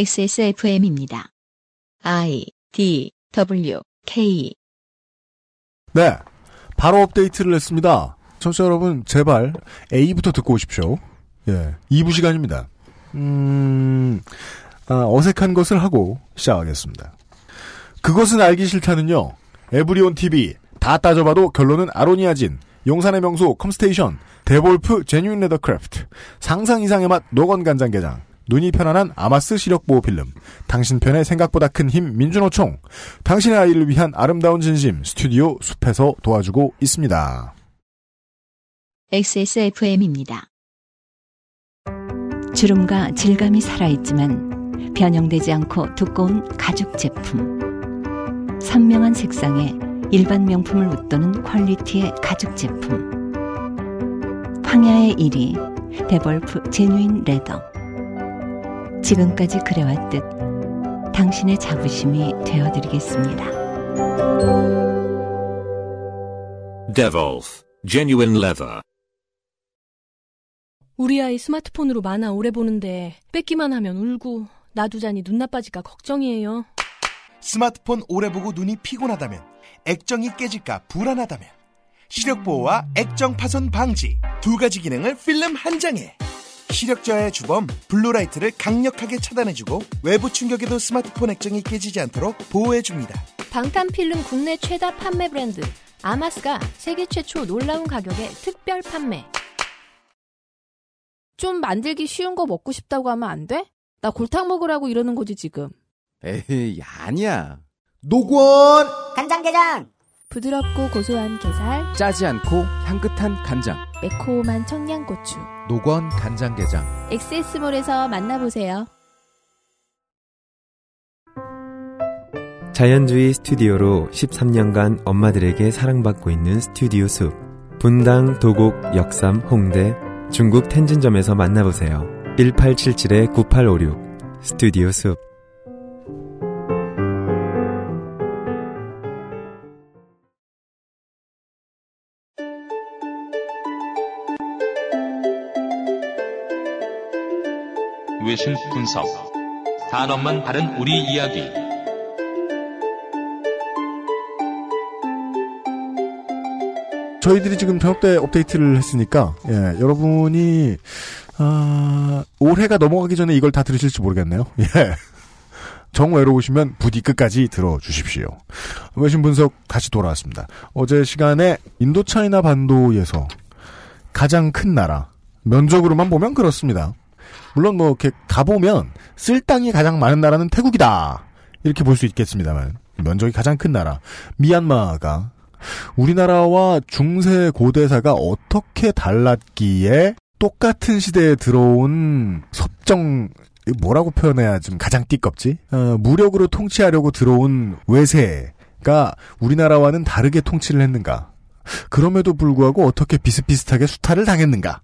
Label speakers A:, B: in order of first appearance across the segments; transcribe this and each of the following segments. A: XSFM입니다. I D W K
B: 네. 바로 업데이트를 했습니다. 청취자 여러분, 제발 A부터 듣고 오십시오. 예. 2부 시간입니다. 음, 아, 어색한 것을 하고 시작하겠습니다. 그것은 알기 싫다는요. 에브리온 TV. 다 따져봐도 결론은 아로니아진. 용산의 명소 컴스테이션. 데볼프 제뉴인 레더크래프트. 상상 이상의 맛 노건 간장게장. 눈이 편안한 아마스 시력보호 필름. 당신 편의 생각보다 큰 힘 민주노총. 당신의 아이를 위한 아름다운 진심 스튜디오 숲에서 도와주고 있습니다.
A: XSFM입니다.
C: 주름과 질감이 살아있지만 변형되지 않고 두꺼운 가죽 제품. 선명한 색상에 일반 명품을 웃도는 퀄리티의 가죽 제품. 황야의 1위 데볼프 제뉴인 레더. 지금까지 그래왔듯 당신의 자부심이 되어드리겠습니다.
D: Devolf. Genuine leather.
E: 우리 아이 스마트폰으로 만화 오래 보는데 뺏기만 하면 울고 놔두자니 눈 나빠질까 걱정이에요.
F: 스마트폰 오래 보고 눈이 피곤하다면 액정이 깨질까 불안하다면 시력 보호와 액정 파손 방지 두 가지 기능을 필름 한 장에 시력 저하의 주범 블루라이트를 강력하게 차단해주고 외부 충격에도 스마트폰 액정이 깨지지 않도록 보호해줍니다.
G: 방탄필름 국내 최다 판매 브랜드 아마스가 세계 최초 놀라운 가격에 특별 판매.
H: 좀 만들기 쉬운 거 먹고 싶다고 하면 안 돼? 나 골탕 먹으라고 이러는 거지 지금.
I: 에이, 아니야.
F: 노건
J: 간장게장
G: 부드럽고 고소한 게살,
I: 짜지 않고 향긋한 간장.
G: 매콤한 청양고추.
I: 노건 간장게장.
G: 엑세스몰에서 만나보세요.
K: 자연주의 스튜디오로 13년간 엄마들에게 사랑받고 있는 스튜디오 숲. 분당, 도곡, 역삼, 홍대, 중국 텐진점에서 만나보세요. 1877-9856 스튜디오 숲.
L: 외신 분석. 단어만 다른 우리 이야기.
B: 저희들이 지금 저녁 때 업데이트를 했으니까 예, 여러분이 아, 올해가 넘어가기 전에 이걸 다 들으실지 모르겠네요. 예. 정 외로우시면 부디 끝까지 들어주십시오. 외신 분석 다시 돌아왔습니다. 어제 시간에 인도차이나 반도에서 가장 큰 나라 면적으로만 보면 그렇습니다. 물론 뭐 이렇게 가보면 쓸 땅이 가장 많은 나라는 태국이다 이렇게 볼 수 있겠습니다만 면적이 가장 큰 나라 미얀마가 우리나라와 중세 고대사가 어떻게 달랐기에 똑같은 시대에 들어온 섭정 뭐라고 표현해야 좀 가장 띠껍지 어, 무력으로 통치하려고 들어온 외세가 우리나라와는 다르게 통치를 했는가 그럼에도 불구하고 어떻게 비슷비슷하게 수탈을 당했는가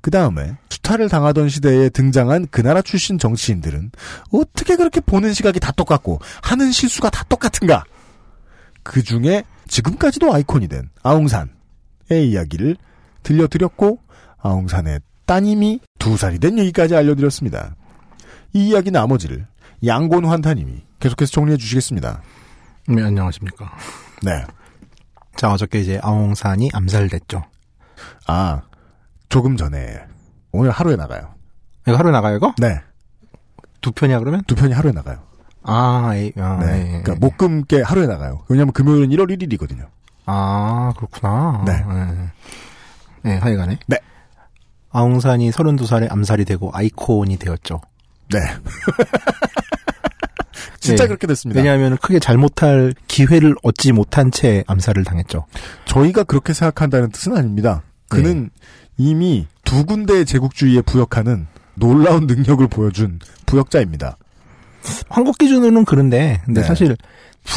B: 그 다음에 수탈을 당하던 시대에 등장한 그 나라 출신 정치인들은 어떻게 그렇게 보는 시각이 다 똑같고 하는 실수가 다 똑같은가? 그 중에 지금까지도 아이콘이 된 아웅산의 이야기를 들려드렸고 아웅산의 따님이 두 살이 된 얘기까지 알려드렸습니다. 이 이야기 나머지를 양곤환타님이 계속해서 정리해 주시겠습니다.
M: 네, 안녕하십니까.
B: 네.
M: 자, 어저께 이제 아웅산이 암살됐죠.
B: 아, 조금 전에 오늘 하루에 나가요.
M: 이거 하루 나가요, 이거?
B: 네.
M: 두 편이야, 그러면?
B: 두 편이 하루에 나가요.
M: 아, 에이, 아,
B: 네.
M: 에이, 에이.
B: 그러니까 목금께 하루에 나가요. 왜냐면 하 금요일은 1월 1일이거든요.
M: 아, 그렇구나.
B: 네.
M: 네, 하여간에.
B: 네.
M: 아웅산이 32살에 암살이 되고 아이콘이 되었죠.
B: 네. 진짜
M: 네.
B: 그렇게 됐습니다.
M: 왜냐하면 크게 잘못할 기회를 얻지 못한 채 암살을 당했죠.
B: 저희가 그렇게 생각한다는 뜻은 아닙니다. 그는
M: 네.
B: 이미 두 군데의 제국주의에 부역하는 놀라운 능력을 보여준 부역자입니다.
M: 한국 기준으로는 그런데, 근데
B: 네. 음.
M: 사실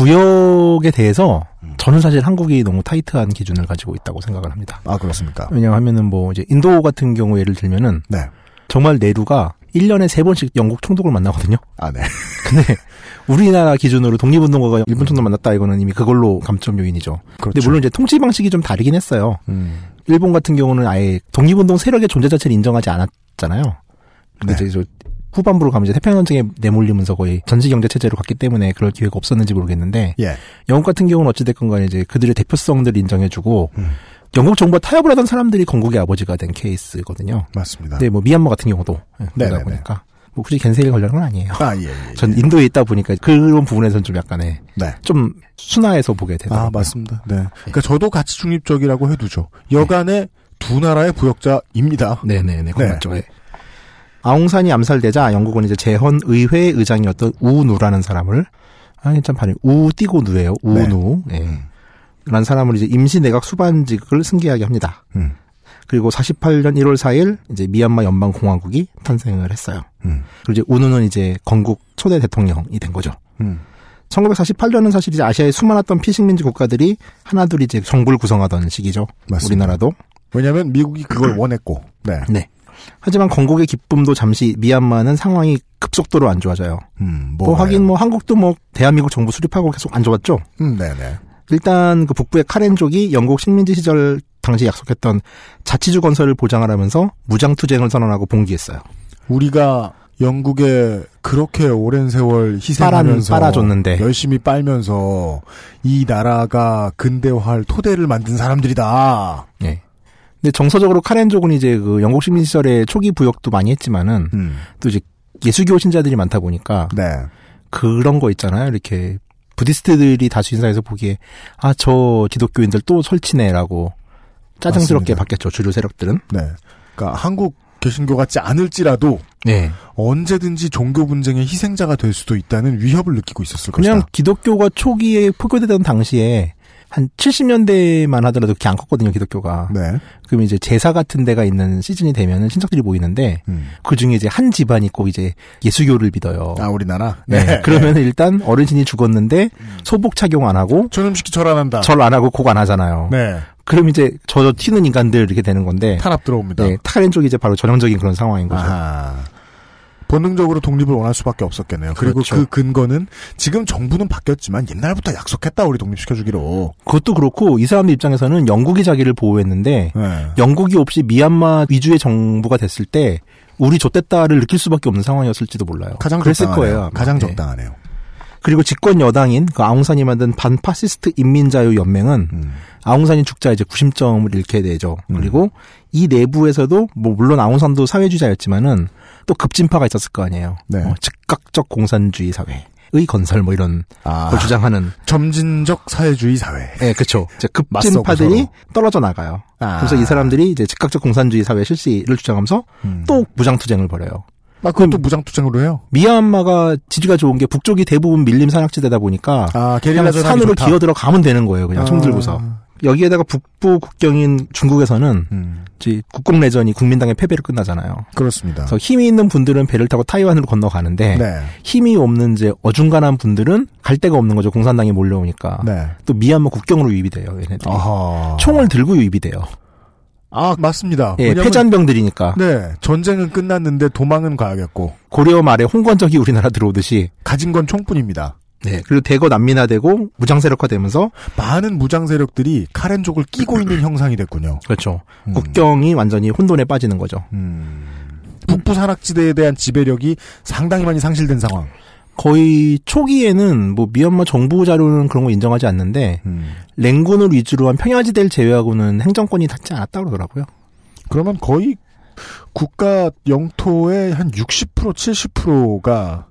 M: 부역에 대해서 저는 사실 한국이 너무 타이트한 기준을 가지고 있다고 생각을 합니다.
B: 아 그렇습니까?
M: 왜냐하면은 뭐 이제 인도 같은 경우 예를 들면은
B: 네.
M: 정말 내루가 1년에 세번씩 영국 총독을 만나거든요.
B: 아 네.
M: 근데 우리나라 기준으로 독립운동가가 일본 총독 만났다 이거는 이미 그걸로 감점 요인이죠.
B: 그렇죠.
M: 근데 물론 이제 통치 방식이 좀 다르긴 했어요.
B: 음,
M: 일본 같은 경우는 아예 독립운동 세력의 존재 자체를 인정하지 않았잖아요.
B: 네.
M: 근데 이제 저 후반부로 가면 이제 태평양 전쟁에 내몰리면서 거의 전시 경제 체제로 갔기 때문에 그럴 기회가 없었는지 모르겠는데
B: 예.
M: 영국 같은 경우는 어찌됐건 간에 이제 그들의 대표성들을 인정해주고
B: 음.
M: 영국 정부와 타협을 하던 사람들이 건국의 아버지가 된 케이스거든요.
B: 맞습니다.
M: 근데 뭐 미얀마 같은 경우도 예, 그러다
B: 네네네.
M: 보니까 뭐 굳이 겐세일 관련은 아니에요.
B: 아, 예,
M: 전 인도에 있다 보니까 그런 부분에서는 좀 약간의
B: 네.
M: 좀 순화해서 보게 되더라고요.
B: 아, 맞습니다. 네. 그러니까 저도 가치 중립적이라고 해두죠. 여간의 두 나라의 부역자입니다.
M: 네네네. 네. 맞죠. 예. 아웅산이 암살되자 영국은 이제 재헌 의회 의장이었던 우누라는 사람을 아, 참 발음 우 띄고 누예요.
B: 네.
M: 우누. 예.
B: 음.
M: 라는 사람을 이제 임시 내각 수반직을 승계하게 합니다.
B: 음.
M: 그리고 48년 1월 4일 이제 미얀마 연방 공화국이 탄생을 했어요.
B: 음.
M: 그리고 이제 우누는 이제 건국 초대 대통령이 된 거죠.
B: 음.
M: 1948년은 사실 이제 아시아의 수많았던 피식민지 국가들이 하나둘이 이제 정부를 구성하던 시기죠.
B: 맞습니다.
M: 우리나라도.
B: 왜냐하면 미국이 그걸 원했고. 네.
M: 네. 하지만 건국의 기쁨도 잠시 미얀마는 상황이 급속도로 안 좋아져요.
B: 음,
M: 뭐 하긴 뭐 한국도 뭐 대한민국 정부 수립하고 계속 안 좋았죠.
B: 음, 네네.
M: 일단 그 북부의 카렌족이 영국 식민지 시절 당시 약속했던 자치주 건설을 보장하라면서 무장투쟁을 선언하고 봉기했어요.
B: 우리가 영국에 그렇게 오랜 세월 희생하면서
M: 빨아- 빨아줬는데.
B: 열심히 빨면서 이 나라가 근대화할 토대를 만든 사람들이다.
M: 예. 근데 정서적으로 카렌족은 이제 그 영국 식민 시절에 초기 부역도 많이 했지만은
B: 음,
M: 또 이제 예수교 신자들이 많다 보니까
B: 네,
M: 그런 거 있잖아요. 이렇게 부디스트들이 다수 인사에서 보기에 아 저 기독교인들 또 설치네라고 짜증스럽게
B: 맞습니다.
M: 봤겠죠 주류 세력들은.
B: 네. 그러니까 한국 개신교 같지 않을지라도
M: 네.
B: 언제든지 종교 분쟁의 희생자가 될 수도 있다는 위협을 느끼고 있었을
M: 그냥
B: 것이다.
M: 기독교가 초기에 포교되던 당시에 한 70년대만 하더라도 그렇게 안 컸거든요 기독교가.
B: 네.
M: 그럼 이제 제사 같은 데가 있는 시즌이 되면은 신척들이 모이는데 그 중에 이제 한 집안이 꼭 이제 예수교를 믿어요.
B: 음. 아 우리나라.
M: 네. 그러면 일단 어르신이 죽었는데
B: 음.
M: 소복 착용 안 하고
B: 전음식 절안 한다.
M: 절 안 하고 곡 안 하잖아요.
B: 아. 네.
M: 그럼 이제 저 튀는 인간들 이렇게 되는 건데
B: 탄압 들어옵니다.
M: 네, 타렌 쪽이 이제 바로 전형적인 그런 상황인 거죠.
B: 아하. 본능적으로 독립을 원할 수밖에 없었겠네요. 그리고 그
M: 그렇죠.
B: 근거는 지금 정부는 바뀌었지만 옛날부터 약속했다 우리 독립시켜주기로.
M: 그것도 그렇고 이 사람들 입장에서는 영국이 자기를 보호했는데
B: 네.
M: 영국이 없이 미얀마 위주의 정부가 됐을 때 우리 좆됐다를 느낄 수밖에 없는 상황이었을지도 몰라요.
B: 가장
M: 그랬을
B: 적당하네요.
M: 거예요. 아마.
B: 가장
M: 네.
B: 적당하네요.
M: 그리고 집권 여당인 그 아웅산이 만든 반파시스트 인민자유 연맹은
B: 음.
M: 아웅산이 죽자 이제 구심점을 잃게 되죠. 그리고 이 내부에서도 뭐 물론 아웅산도 사회주의자였지만은 또 급진파가 있었을 거 아니에요.
B: 네.
M: 어, 즉각적 공산주의 사회의 건설 뭐 이런 걸 주장하는
B: 아. 점진적 사회주의 사회.
M: 네, 그렇죠. 이제
B: 예, 맞서고
M: 급진파들이
B: 서로.
M: 떨어져 나가요.
B: 아.
M: 그래서 이 사람들이 이제 즉각적 공산주의 사회 실시를 주장하면서
B: 음.
M: 또 무장투쟁을 벌여요.
B: 아, 그것도 무장투쟁으로 해요?
M: 미얀마가 지지가 좋은 게 북쪽이 대부분 밀림 산악지대다 보니까
B: 아,
M: 그냥
B: 게릴라전함이
M: 산으로
B: 좋다.
M: 기어 들어가면 되는 거예요. 그냥
B: 아.
M: 총 들고서. 여기에다가 북부 국경인 중국에서는 이제 국공내전이 국민당의 패배로 끝나잖아요.
B: 음. 그렇습니다.
M: 그래서 힘이 있는 분들은 배를 타고 타이완으로 건너가는데
B: 네.
M: 힘이 없는 이제 어중간한 분들은 갈 데가 없는 거죠. 공산당이 몰려오니까.
B: 네.
M: 또 미얀마 국경으로 유입이 돼요. 얘네들이. 총을 들고 유입이 돼요.
B: 아 맞습니다.
M: 예,
B: 왜냐면-
M: 패잔병들이니까.
B: 네, 전쟁은 끝났는데 도망은 가야겠고
M: 고려 말에 홍건적이 우리나라 들어오듯이
B: 가진 건 총뿐입니다.
M: 네, 그리고 대거 난민화되고 무장 세력화되면서
B: 많은 무장 세력들이 카렌족을 끼고 있는 형상이 됐군요.
M: 그렇죠.
B: 음.
M: 국경이 완전히 혼돈에 빠지는 거죠.
B: 음. 북부 산악지대에 대한 지배력이 상당히 많이 상실된 상황.
M: 거의 초기에는 뭐 미얀마 정부 자료는 그런 거 인정하지 않는데
B: 음.
M: 랭군을 위주로 한 평야지대를 제외하고는 행정권이 닿지 않았다 그러더라고요.
B: 그러면 거의 국가 영토의 한 60% 70%가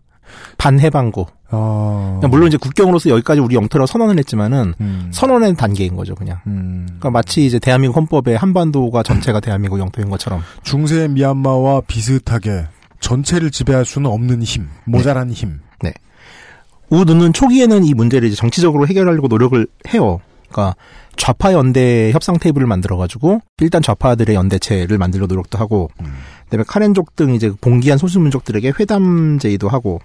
M: 반해방구.
B: 어...
M: 그러니까 물론 이제 국경으로서 여기까지 우리 영토라고 선언을 했지만은
B: 음.
M: 선언의 단계인 거죠, 그냥. 그러니까 마치 이제 대한민국 헌법에 한반도가 전체가 대한민국 영토인 것처럼.
B: 중세 미얀마와 비슷하게 전체를 지배할 수는 없는 힘, 모자란 힘.
M: 네. 우누는 초기에는 이 문제를 이제 정치적으로 해결하려고 노력을 해요. 그러니까 좌파 연대 협상 테이블을 만들어가지고 일단 좌파들의 연대체를 만들려 노력도 하고, 그다음에 카렌족 등 이제 봉기한 소수민족들에게 회담 제의도 하고,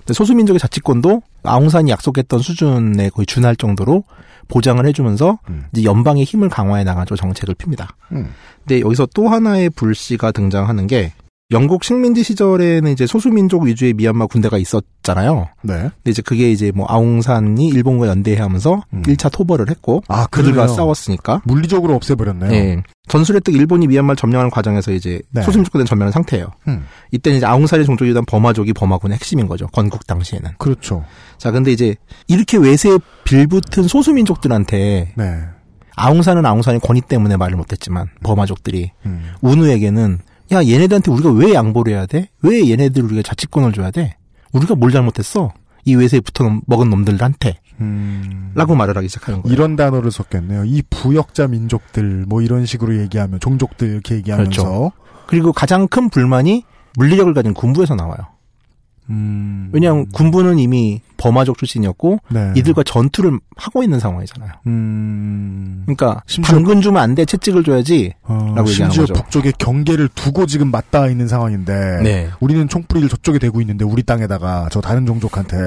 M: 근데 소수민족의 자치권도 아웅산이 약속했던 수준에 거의 준할 정도로 보장을 해주면서
B: 음.
M: 이제 연방의 힘을 강화해 나가죠 정책을 핍니다. 근데 여기서 또 하나의 불씨가 등장하는 게 영국 식민지 시절에는 이제 소수민족 위주의 미얀마 군대가 있었잖아요.
B: 네.
M: 근데 이제 그게 이제 뭐 아웅산이 일본과 연대하면서 1차 토벌을 했고
B: 아,
M: 그들과
B: 음. 그러네요.
M: 싸웠으니까
B: 물리적으로 없애버렸네요.
M: 예. 전술의 뜻 일본이 미얀마를 점령하는 과정에서 이제
B: 네.
M: 소수민족군을 점령한 상태예요.
B: 음.
M: 이때 이제 아웅산의 종족이던 버마족이 버마군의 핵심인 거죠. 건국 당시에는.
B: 그렇죠.
M: 자, 근데 이제 이렇게 외세에 빌붙은 소수민족들한테
B: 네.
M: 아웅산은 아웅산의 권위 때문에 말을 못했지만 버마족들이
B: 음.
M: 운우에게는 야 얘네들한테 우리가 왜 양보를 해야 돼? 왜 얘네들 우리가 자치권을 줘야 돼? 우리가 뭘 잘못했어? 이 외세에 붙어 먹은 놈들한테
B: 음.
M: 라고 말을 하기 시작하는 거예요.
B: 이런 단어를 썼겠네요. 이 부역자 민족들 뭐 이런 식으로 얘기하면 종족들 이렇게 얘기하면서
M: 그렇죠. 그리고 가장 큰 불만이 물리력을 가진 군부에서 나와요. 왜냐하면 군부는 이미 버마족 출신이었고
B: 음, 네.
M: 이들과 전투를 하고 있는 상황이잖아요.
B: 음.
M: 그러니까 당근 주면 안 돼, 채찍을 줘야지라고
B: 어,
M: 얘기하는
B: 심지어
M: 거죠.
B: 북쪽에 경계를 두고 지금 맞닿아 있는 상황인데
M: 네.
B: 우리는 총뿌리를 저쪽에 대고 있는데 우리 땅에다가 저 다른 종족한테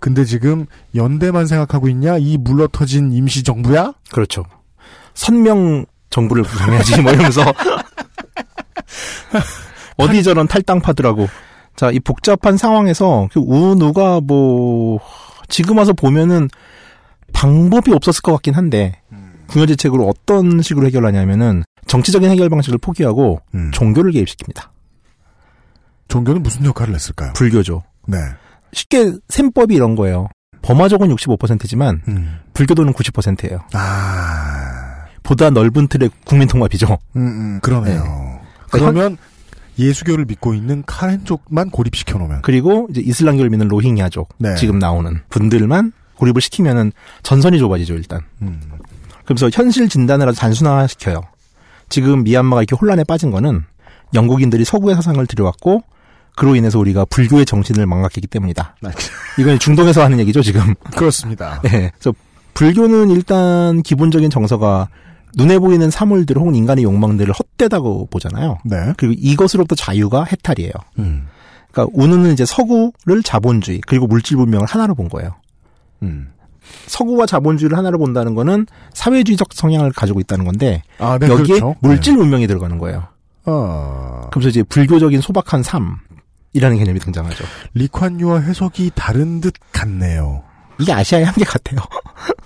B: 근데 지금 연대만 생각하고 있냐 이 물러터진 임시 정부야?
M: 그렇죠. 선명 정부를 구성해야지 뭐 이러면서 어디 저런 탈당파더라고. 자, 이 복잡한 상황에서 그 우누가 뭐 지금 와서 보면은 방법이 없었을 것 같긴 한데 궁여지책으로 어떤 식으로 해결하냐면은 정치적인 해결 방식을 포기하고 종교를 개입시킵니다.
B: 종교는 무슨 역할을 했을까요?
M: 불교죠.
B: 네.
M: 쉽게 셈법이 이런 거예요. 범화적은 65%지만
B: 음.
M: 불교도는 90%예요.
B: 아.
M: 보다 넓은 틀의 국민 통합이죠.
B: 음, 음, 그러네요. 그러면 예수교를 믿고 있는 카렌 쪽만 고립시켜 놓으면
M: 그리고 이제 이슬람교를 믿는 로힝야족
B: 네.
M: 지금 나오는 분들만 고립을 시키면은 전선이 좁아지죠 일단.
B: 음.
M: 그래서 현실 진단을 아주 단순화시켜요. 지금 미얀마가 이렇게 혼란에 빠진 거는 영국인들이 서구의 사상을 들여왔고 그로 인해서 우리가 불교의 정신을 망각했기 때문이다. 이건 중동에서 하는 얘기죠 지금.
B: 그렇습니다.
M: 네, 그래서 불교는 일단 기본적인 정서가 눈에 보이는 사물들 혹은 인간의 욕망들을 헛되다고 보잖아요.
B: 네.
M: 그리고 이것으로부터 자유가 해탈이에요. 그러니까 우는 이제 서구를 자본주의 그리고 물질 문명을 하나로 본 거예요.
B: 음.
M: 서구와 자본주의를 하나로 본다는 거는 사회주의적 성향을 가지고 있다는 건데
B: 아, 네,
M: 여기에
B: 그렇죠.
M: 물질 문명이 들어가는 거예요.
B: 어.
M: 그래서 이제 불교적인 소박한 삶이라는 개념이 등장하죠.
B: 리콴유와 해석이 다른 듯 같네요.
M: 이게 아시아의 한계 같아요.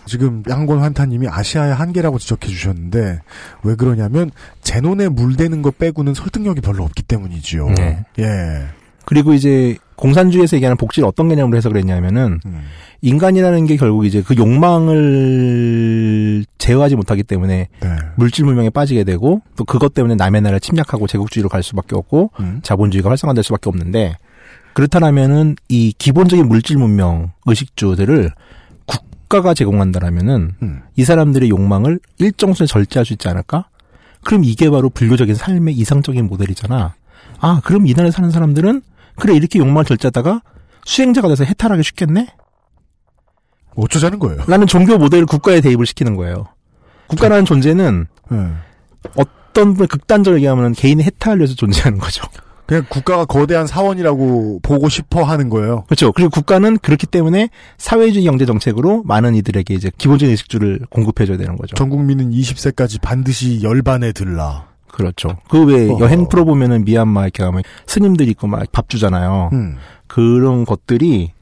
B: 지금 양곤 환타님이 아시아의 한계라고 지적해 주셨는데 왜 그러냐면 제논에 물대는 거 빼고는 설득력이 별로 없기 때문이지요.
M: 네.
B: 예.
M: 그리고 이제 공산주의에서 얘기하는 복지를 어떤 개념으로 해석을 했냐면은
B: 음.
M: 인간이라는 게 결국 이제 그 욕망을 제어하지 못하기 때문에
B: 네.
M: 물질 문명에 빠지게 되고 또 그것 때문에 남의 나라를 침략하고 제국주의로 갈 수밖에 없고
B: 음.
M: 자본주의가 활성화될 수밖에 없는데 그렇다면은 이 기본적인 물질 문명 의식주들을 국가가 제공한다라면은
B: 음.
M: 이 사람들의 욕망을 일정 수에 절제할 수 있지 않을까? 그럼 이게 바로 불교적인 삶의 이상적인 모델이잖아. 아, 그럼 이 나라에 사는 사람들은 그래 이렇게 욕망을 절제하다가 수행자가 돼서 해탈하기 쉽겠네?
B: 어쩌자는 거예요?
M: 라는 종교 모델을 국가에 대입을 시키는 거예요. 국가라는 존재는
B: 예.
M: 어떤 분의 극단적으로 얘기하면 개인의 해탈을 위해서 존재하는 거죠.
B: 그냥 국가가 거대한 사원이라고 보고 싶어 하는 거예요.
M: 그렇죠. 그리고 국가는 그렇기 때문에 사회주의 경제 정책으로 많은 이들에게 이제 기본적인 의식주를 공급해줘야 되는 거죠.
B: 전 국민은 20세까지 반드시 열반에 들라.
M: 그렇죠. 그 외에
B: 어.
M: 여행 프로 보면은 미얀마 이렇게 가면 스님들 있고 막 밥 주잖아요.
B: 음.
M: 그런 것들이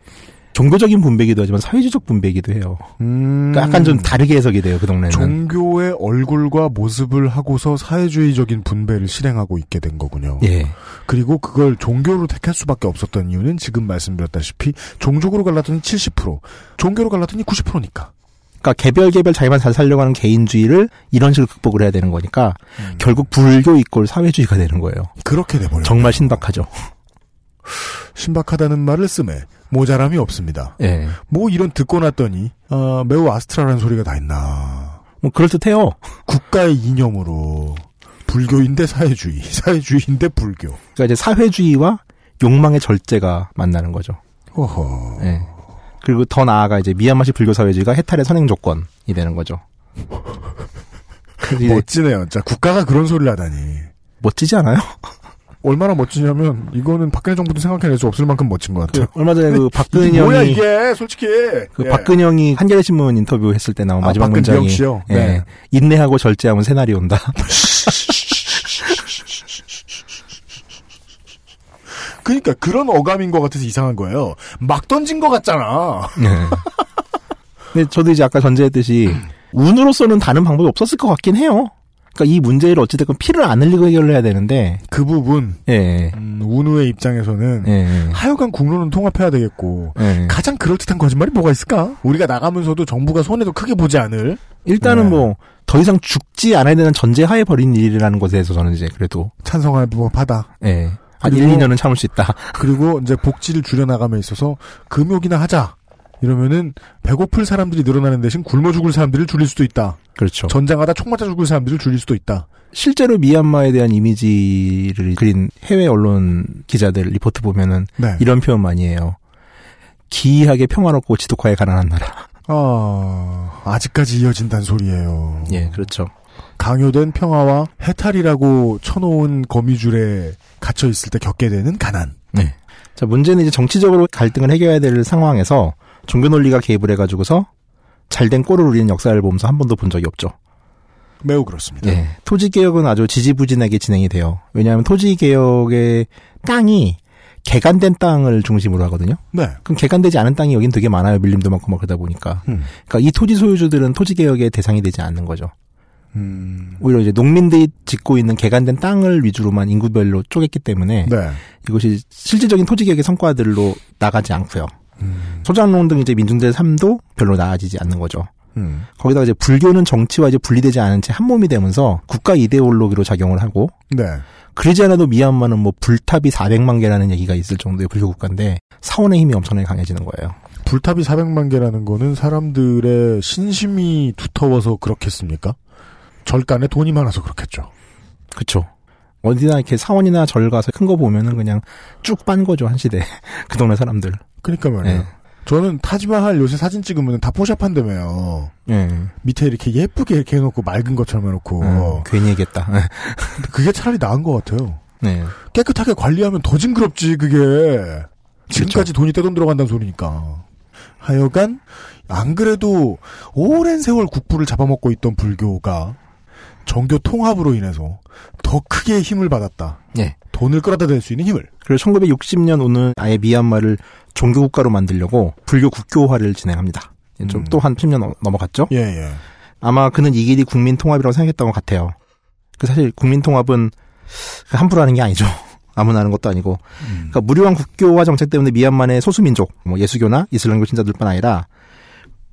M: 종교적인 분배기도 하지만 사회주의적 분배기도 해요. 그러니까 약간 좀 다르게 해석이 돼요 그 동네는.
B: 음. 종교의 얼굴과 모습을 하고서 사회주의적인 분배를 실행하고 있게 된 거군요.
M: 예.
B: 그리고 그걸 종교로 택할 수밖에 없었던 이유는 지금 말씀드렸다시피 종족으로 갈라더니 70%, 종교로 갈라더니 90%니까.
M: 그러니까 개별 개별 자기만 잘 살려고 하는 개인주의를 이런 식으로 극복을 해야 되는 거니까
B: 음.
M: 결국 불교 이꼴 사회주의가 되는 거예요.
B: 그렇게 돼버려요.
M: 정말 신박하죠.
B: 신박하다는 말을 쓰매 모자람이 없습니다.
M: 예.
B: 뭐 이런 듣고 났더니 아, 매우 아스트라라는 소리가 다 있나.
M: 뭐 그럴 듯해요.
B: 국가의 이념으로 불교인데 사회주의, 사회주의인데 불교.
M: 그러니까 이제 사회주의와 욕망의 절제가 만나는 거죠.
B: 어허.
M: 예. 그리고 더 나아가 이제 미얀마식 불교 사회주의가 해탈의 선행 조건이 되는 거죠. 그래서 이제
B: 멋지네요. 진짜 국가가 그런 소리를 하다니.
M: 멋지지 않아요?
B: 얼마나 멋지냐면 이거는 박근혜 정부도 생각해낼 수 없을 만큼 멋진 것 같아요.
M: 얼마 전에 그 박근혜
B: 이게 뭐야
M: 형이-
B: 이게 솔직히. 예.
M: 그 박근형이 한겨레 신문 인터뷰 했을 때 나온
B: 아,
M: 마지막
B: 박근병
M: 문장이
B: 씨요?
M: 예,
B: 네.
M: 인내하고 절제하면 새날이 온다.
B: 그러니까 그런 어감인 것 같아서 이상한 거예요. 막 던진 것 같잖아.
M: 네. 근데 저도 이제 아까 전제했듯이 운으로서는 다른 방법이 없었을 것 같긴 해요. 그러니까 이 문제를 어찌됐건 피를 안 흘리고 해결을 해야 되는데
B: 그 부분
M: 예.
B: 음, 운우의 입장에서는 하여간 국론은 통합해야 되겠고
M: 예.
B: 가장 그럴듯한 거짓말이 뭐가 있을까? 우리가 나가면서도 정부가 손해도 크게 보지 않을. 네.
M: 일단은 뭐 더 이상 죽지 않아야 되는 전제하에 벌인 일이라는 것에 대해서 저는 이제 그래도
B: 찬성할 법하다.
M: 예. 한 1,
B: 그리고-
M: 2년은 참을 수 있다.
B: 그리고 이제 복지를 줄여나감에 있어서 금욕이나 하자. 이러면은 배고플 사람들이 늘어나는 대신 굶어 죽을 사람들을 줄일 수도 있다.
M: 그렇죠.
B: 전장하다 총 맞아 죽을 사람들을 줄일 수도 있다.
M: 실제로 미얀마에 대한 이미지를 그린 해외 언론 기자들 리포트 보면은
B: 네.
M: 이런 표현 많이 해요. 기이하게 평화롭고 지독하에 가난한 나라.
B: 아, 아직까지 이어진다는 소리예요.
M: 예, 그렇죠.
B: 강요된 평화와 해탈이라고 쳐놓은 거미줄에 갇혀 있을 때 겪게 되는 가난.
M: 네. 자, 문제는 이제 정치적으로 갈등을 해결해야 될 상황에서 종교 논리가 개입을 해가지고서 잘된 꼴을 우리는 역사를 보면서 한 번도 본 적이 없죠.
B: 매우 그렇습니다.
M: 예. 토지 개혁은 아주 지지부진하게 진행이 돼요. 왜냐하면 토지 개혁의 땅이 개간된 땅을 중심으로 하거든요.
B: 네.
M: 그럼 개간되지 않은 땅이 여긴 되게 많아요. 밀림도 많고 막 그러다 보니까.
B: 음.
M: 그러니까 이 토지 소유주들은 토지 개혁의 대상이 되지 않는 거죠.
B: 음.
M: 오히려 이제 농민들이 짓고 있는 개간된 땅을 위주로만 인구별로 쪼갰기 때문에
B: 네. 예.
M: 이것이 실질적인 토지 개혁의 성과들로 나가지 않고요. 소장농 등 이제 민중들의 삶도 별로 나아지지 않는 거죠.
B: 음.
M: 거기다가 이제 불교는 정치와 이제 분리되지 않은 채 한 몸이 되면서 국가 이데올로기로 작용을 하고
B: 네.
M: 그러지 않아도 미얀마는 뭐 불탑이 400만 개라는 얘기가 있을 정도의 불교 국가인데 사원의 힘이 엄청나게 강해지는 거예요.
B: 불탑이 400만 개라는 거는 사람들의 신심이 두터워서 그렇겠습니까? 절간에 돈이 많아서 그렇겠죠.
M: 그쵸. 어디나 이렇게 사원이나 절 가서 큰 거 보면은 그냥 쭉 빤 거죠 한 시대 그 동네 사람들.
B: 그러니까 말이에요.
M: 예.
B: 저는 타지마할 요새 사진 찍으면 다 포샵한다며요.
M: 예.
B: 밑에 이렇게 예쁘게 이렇게 해놓고 맑은 것처럼 해놓고.
M: 음, 괜히 얘기했다.
B: 근데 그게 차라리 나은 것 같아요.
M: 네.
B: 깨끗하게 관리하면 더 징그럽지 그게 지금까지 돈이 떼돈 들어간다는 소리니까 하여간 안 그래도 오랜 세월 국부를 잡아먹고 있던 불교가 정교 통합으로 인해서 더 크게 힘을 받았다
M: 예.
B: 돈을 끌어다 댈 수 있는 힘을
M: 그리고 1960년 오는 아예 미얀마를 종교국가로 만들려고 불교 국교화를 진행합니다. 좀 또 한 10년 넘- 넘어갔죠? 아마 그는 이 길이 국민 통합이라고 생각했던 것 같아요. 그 사실 국민 통합은 그 함부로 하는 게 아니죠. 아무나 하는 것도 아니고. 그러니까 무료한 국교화 정책 때문에 미얀마 내 소수민족, 뭐 예수교나 이슬람교 신자들뿐 아니라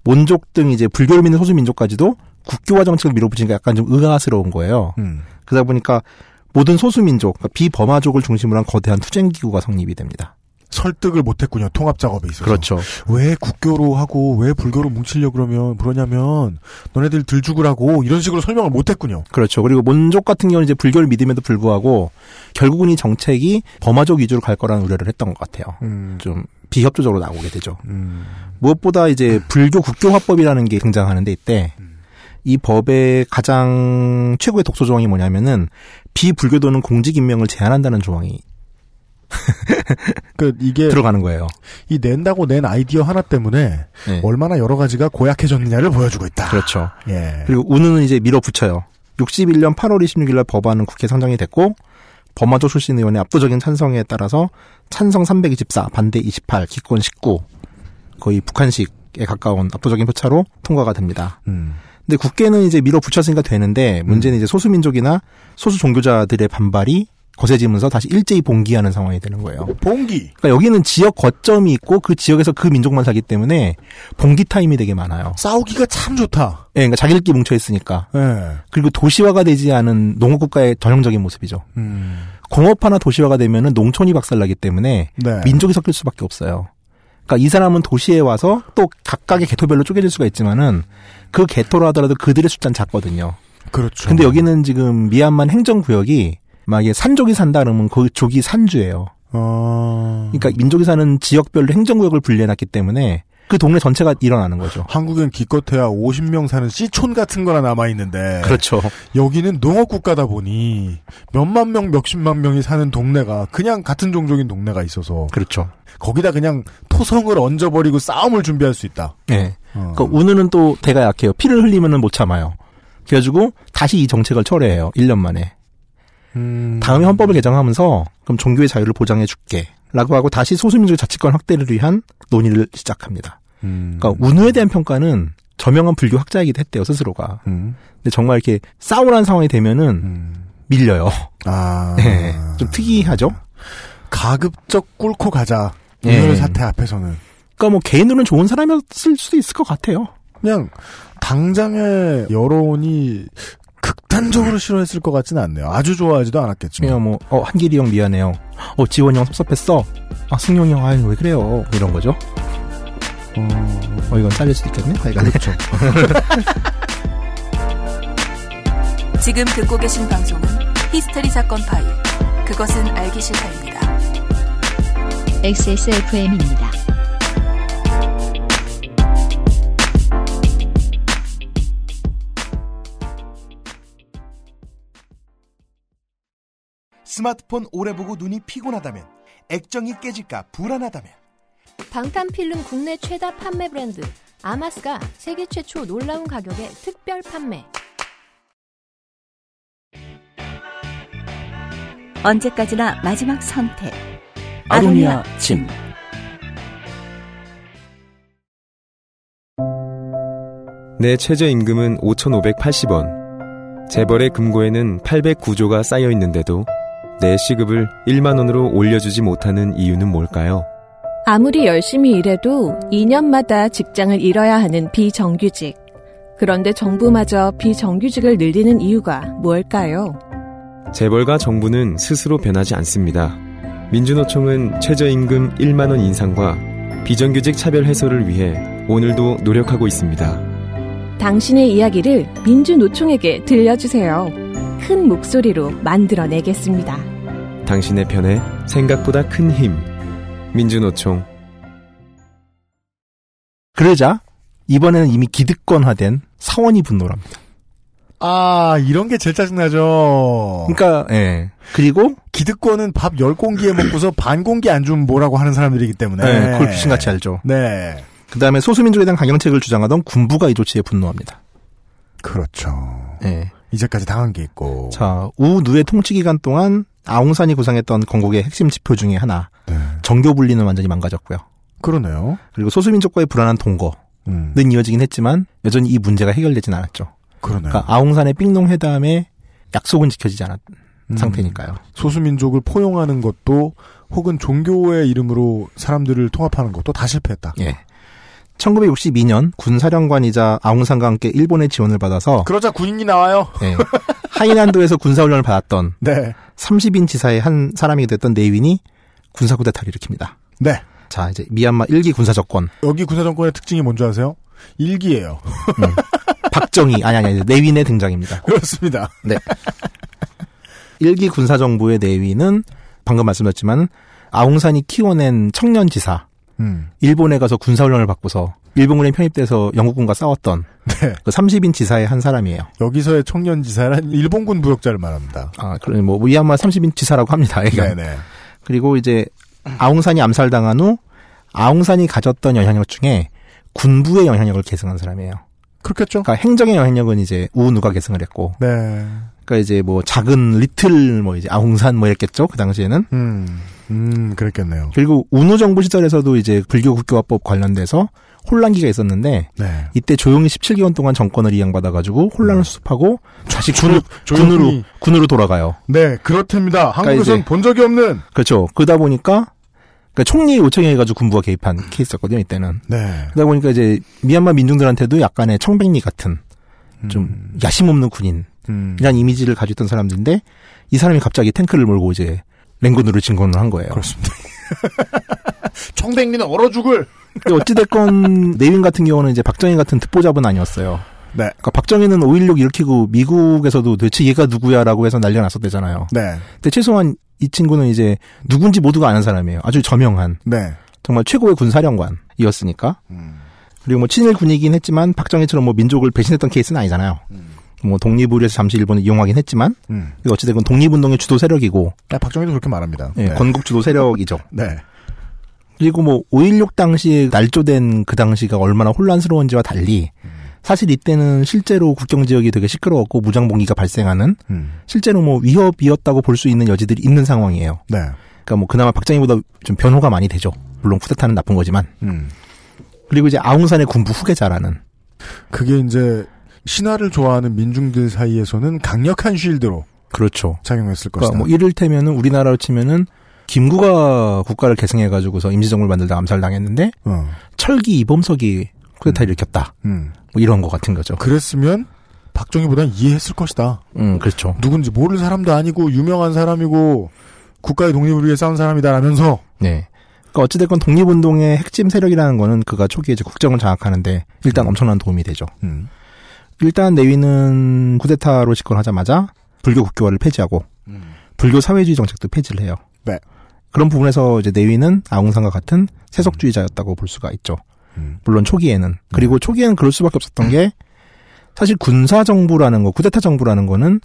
M: 몬족 등 이제 불교를 믿는 소수민족까지도 국교화 정책을 밀어붙이니까 약간 좀 의아스러운 거예요.
B: 음.
M: 그러다 보니까 모든 소수민족, 그러니까 비버마족을 중심으로 한 거대한 투쟁기구가 성립이 됩니다.
B: 설득을 못했군요 통합 작업에 있어서
M: 그렇죠.
B: 왜 국교로 하고 왜 불교로 뭉치려 그러면 그러냐면 너네들 들 죽으라고 이런 식으로 설명을 못했군요
M: 그렇죠. 그리고 몬족 같은 경우는 이제 불교를 믿음에도 불구하고 결국은 이 정책이 버마족 위주로 갈 거라는 우려를 했던 것 같아요. 좀 비협조적으로 나오게 되죠. 음. 무엇보다 이제 불교 국교화법이라는 게 등장하는데 이때 이 법의 가장 최고의 독소 조항이 뭐냐면은 비불교도는 공직 임명을 제한한다는 조항이
B: 그 이게
M: 들어가는 거예요.
B: 이 낸다고 낸 아이디어 하나 때문에
M: 예.
B: 얼마나 여러 가지가 고약해졌느냐를 보여주고 있다.
M: 그렇죠.
B: 예.
M: 그리고 우는 이제 밀어붙여요. 61년 8월 26일 날 법안은 국회 상정이 됐고 범마조 출신 의원의 압도적인 찬성에 따라서 찬성 324, 반대 28, 기권 19 거의 북한식에 가까운 압도적인 표차로 통과가 됩니다.
B: 음.
M: 근데 국회는 이제 밀어붙였으니까 되는데 문제는 이제 소수민족이나 소수 종교자들의 반발이 거세지면서 다시 일제히 봉기하는 상황이 되는 거예요.
B: 봉기.
M: 그러니까 여기는 지역 거점이 있고 그 지역에서 그 민족만 살기 때문에 봉기 타임이 되게 많아요.
B: 싸우기가 참 좋다.
M: 예, 그러니까 자기들끼리 뭉쳐 있으니까.
B: 예.
M: 그리고 도시화가 되지 않은 농업국가의 전형적인 모습이죠. 공업화나 도시화가 되면은 농촌이 박살나기 때문에
B: 음. 네.
M: 민족이 섞일 수밖에 없어요. 그러니까 이 사람은 도시에 와서 또 각각의 개토별로 쪼개질 수가 있지만은 그 개토로 하더라도 그들의 숫자는 작거든요.
B: 그렇죠.
M: 근데 여기는 지금 미얀마 행정구역이 막 이게 산족이 산다 그러면 그 족이 산주예요.
B: 어.
M: 그러니까 민족이 사는 지역별로 행정구역을 분리해놨기 때문에 그 동네 전체가 일어나는 거죠.
B: 한국엔 기껏해야 50명 사는 시촌 같은 거나 남아 있는데.
M: 그렇죠.
B: 여기는 농업 국가다 보니 몇만 명, 몇십만 명이 사는 동네가 그냥 같은 종족인 동네가 있어서.
M: 그렇죠.
B: 거기다 그냥 토성을 얹어버리고 싸움을 준비할 수 있다. 어.
M: 예. 그 우느는 또 대가 약해요. 피를 흘리면은 못 참아요. 그래가지고 다시 이 정책을
B: 음.
M: 철회해요. 1년 만에. 다음에 헌법을 개정하면서 그럼 종교의 자유를 보장해 줄게. 라고 하고 다시 소수민족 자치권 확대를 위한 논의를 시작합니다.
B: 음.
M: 그러니까 운우에 대한 평가는 저명한 불교 학자이기도 했대요 스스로가.
B: 음.
M: 근데 정말 이렇게 싸우라는 상황이 되면은 밀려요.
B: 아.
M: 네, 좀 특이하죠.
B: 가급적 꿇고 가자.
M: 예.
B: 오늘 사태 앞에서는.
M: 그러니까 뭐 개인으로는 좋은 사람이었을 수도 있을 것 같아요.
B: 그냥 당장의 여론이 극단적으로 싫어했을 것 같지는 않네요. 아주 좋아하지도 않았겠지만.
M: 그냥 뭐, 어, 한길이 형 미안해요. 어, 지원이 형 섭섭했어. 아, 승용이 형, 아유, 왜 그래요? 이런 거죠. 어, 이건 잘릴 수도 있겠네. 하여간. 그렇죠.
D: 지금 듣고 계신 방송은 히스테리 사건 파일. 그것은 알기 싫다입니다.
A: XSFM입니다.
F: 스마트폰 오래 보고 눈이 피곤하다면 액정이 깨질까 불안하다면
G: 방탄필름 국내 최다 판매 브랜드 아마스가 세계 최초 놀라운 가격에 특별 판매.
J: 언제까지나 마지막 선택.
N: 아로니아 침.
K: 내 최저임금은 5,580원. 재벌의 금고에는 809조가 쌓여 있는데도 내 시급을 1만 원으로 올려주지 못하는 이유는 뭘까요?
O: 아무리 열심히 일해도 2년마다 직장을 잃어야 하는 비정규직. 그런데 정부마저 비정규직을 늘리는 이유가 뭘까요?
K: 재벌과 정부는 스스로 변하지 않습니다. 민주노총은 최저임금 1만 원 인상과 비정규직 차별 해소를 위해 오늘도 노력하고 있습니다.
O: 당신의 이야기를 민주노총에게 들려주세요. 큰 목소리로 만들어내겠습니다.
K: 당신의 편에 생각보다 큰 힘. 민주노총.
M: 그러자, 이번에는 이미 기득권화된 사원이 분노랍니다.
B: 아, 이런 게 제일 짜증나죠.
M: 그러니까, 예. 그리고.
B: 기득권은 밥 10공기에 먹고서 반 공기 안 주면 뭐라고 하는 사람들이기 때문에.
M: 네, 그걸 귀신같이 알죠.
B: 네.
M: 그 다음에 소수민족에 대한 강경책을 주장하던 군부가 이 조치에 분노합니다.
B: 그렇죠.
M: 예.
B: 이제까지 당한 게 있고.
M: 자, 우누의 통치 기간 동안 아웅산이 구상했던 건국의 핵심 지표 중에 하나. 정교 분리는 완전히 망가졌고요.
B: 네. 그러네요. 음,
M: 그리고 소수민족과의 불안한 동거는 이어지긴 했지만 여전히 이 문제가 해결되진 않았죠.
B: 그러네요.
M: 그러니까 아웅산의 삥농 회담에 약속은 지켜지지 않았
B: 음.
M: 상태니까요.
B: 소수민족을 포용하는 것도 혹은 종교의 이름으로 사람들을 통합하는 것도 다 실패했다.
M: 예. 1962년 군사령관이자 아웅산과 함께 일본의 지원을 받아서
B: 그러자 군인이 나와요.
M: 예. 하이난도에서 군사훈련을 받았던
B: 네.
M: 30인 지사의 한 사람이 됐던 네윈이 군사 쿠데타를 일으킵니다.
B: 네.
M: 자 이제 미얀마 1기 군사 정권
B: 여기 군사정권의 특징이 뭔지 아세요? 일기예요.
M: 박정희 아니 아니 아니 네윈의 등장입니다.
B: 그렇습니다.
M: 네. 1기 군사 정부의 네윈은 방금 말씀드렸지만 아웅산이 키워낸 청년 지사
B: 음.
M: 일본에 가서 군사훈련을 받고서 일본군에 편입돼서 영국군과 싸웠던 그 30인 지사의 한 사람이에요.
B: 여기서의 청년 지사란 일본군 부역자를 말합니다.
M: 아, 그러니 뭐 미얀마 30인 지사라고 합니다. 얘가.
B: 네네.
M: 그리고 이제 아웅산이 암살당한 후 아웅산이 가졌던 영향력 중에 군부의 영향력을 계승한 사람이에요.
B: 그렇겠죠.
M: 그러니까 행정의 영향력은 이제 우누가 계승을 했고,
B: 네.
M: 그러니까 이제 뭐 작은 리틀 뭐 이제 아웅산 뭐 이랬겠죠 그 당시에는.
B: 음, 음, 그랬겠네요.
M: 그리고 우누 정부 시절에서도 이제 불교 국교화법 관련돼서 혼란기가 있었는데
B: 네.
M: 이때 조용히 17개월 동안 정권을 이양받아가지고 혼란을 수습하고 좌식 군,
B: 음. 조용히.
M: 군으로 군으로 돌아가요.
B: 네, 그렇답니다. 한국에선
M: 이제-
B: 본 적이 없는.
M: 그렇죠. 그러다 보니까 그러니까 총리 요청에 해가지고 군부가 개입한 케이스였거든요 이때는.
B: 네.
M: 그러다 보니까 이제 미얀마 민중들한테도 약간의 청백리 같은 좀 야심 없는 군인
B: 음.
M: 이런 이미지를 가지고 있던 사람들인데 이 사람이 갑자기 탱크를 몰고 이제 랭군으로 진군을 한 거예요.
B: 그렇습니다. 청백리는 얼어 죽을.
M: 어찌됐건 네윈 같은 경우는 이제 박정희 같은 듣보잡은 아니었어요.
B: 네.
M: 그러니까 박정희는 5.16 일으키고 미국에서도 도대체 얘가 누구야라고 해서 난리가 났었대잖아요.
B: 네.
M: 근데 최소한 이 친구는 이제 누군지 모두가 아는 사람이에요. 아주 저명한.
B: 네.
M: 정말 최고의 군사령관이었으니까. 그리고 뭐 친일 군이긴 했지만 박정희처럼 뭐 민족을 배신했던 케이스는 아니잖아요. 뭐 독립을 위해서 잠시 일본을 이용하긴 했지만
B: 음.
M: 그래도 어찌됐건 독립운동의 주도 세력이고
B: 아, 박정희도 그렇게 말합니다.
M: 예,
B: 네.
M: 건국 주도 세력이죠.
B: 네.
M: 그리고 뭐 5.16 당시 날조된 그 당시가 얼마나 혼란스러운지와 달리 사실 이때는 실제로 국경 지역이 되게 시끄러웠고 음. 무장봉기가 발생하는 실제로 뭐 위협이었다고 볼 수 있는 여지들이 있는 상황이에요.
B: 네.
M: 그러니까 뭐 그나마 박정희보다 좀 변호가 많이 되죠. 물론 쿠데타는 나쁜 거지만. 그리고 이제 아웅산의 군부 후계자라는.
B: 그게 이제 신화를 좋아하는 민중들 사이에서는 강력한 쉴드로
M: 그렇죠.
B: 작용했을 것이다.
M: 그러니까 뭐 이를테면은 우리나라로 치면은 김구가 국가를 계승해 가지고서 임시정부를 만들다 암살당했는데 철기 이범석이 쿠데타 를
B: 어.
M: 일으켰다.
B: 음.
M: 뭐 이런 것 같은 거죠.
B: 그랬으면 박정희보단 이해했을 것이다.
M: 음, 그렇죠.
B: 누군지 모를 사람도 아니고 유명한 사람이고 국가의 독립을 위해 싸운 사람이다라면서
M: 네. 그러니까 어찌됐건 독립운동의 핵심 세력이라는 거는 그가 초기에 이제 국정을 장악하는데 일단 엄청난 도움이 되죠.
B: 음.
M: 일단 내위는 쿠데타로 집권하자마자 불교 국교화를 폐지하고
B: 음.
M: 불교 사회주의 정책도 폐지를 해요.
B: 네.
M: 그런 부분에서 이제 내위는 아웅산과 같은 세속주의자였다고 볼 수가 있죠.
B: 음.
M: 물론 초기에는 그리고 초기에는 그럴 수밖에 없었던 게 사실 군사 정부라는 거, 쿠데타 정부라는 거는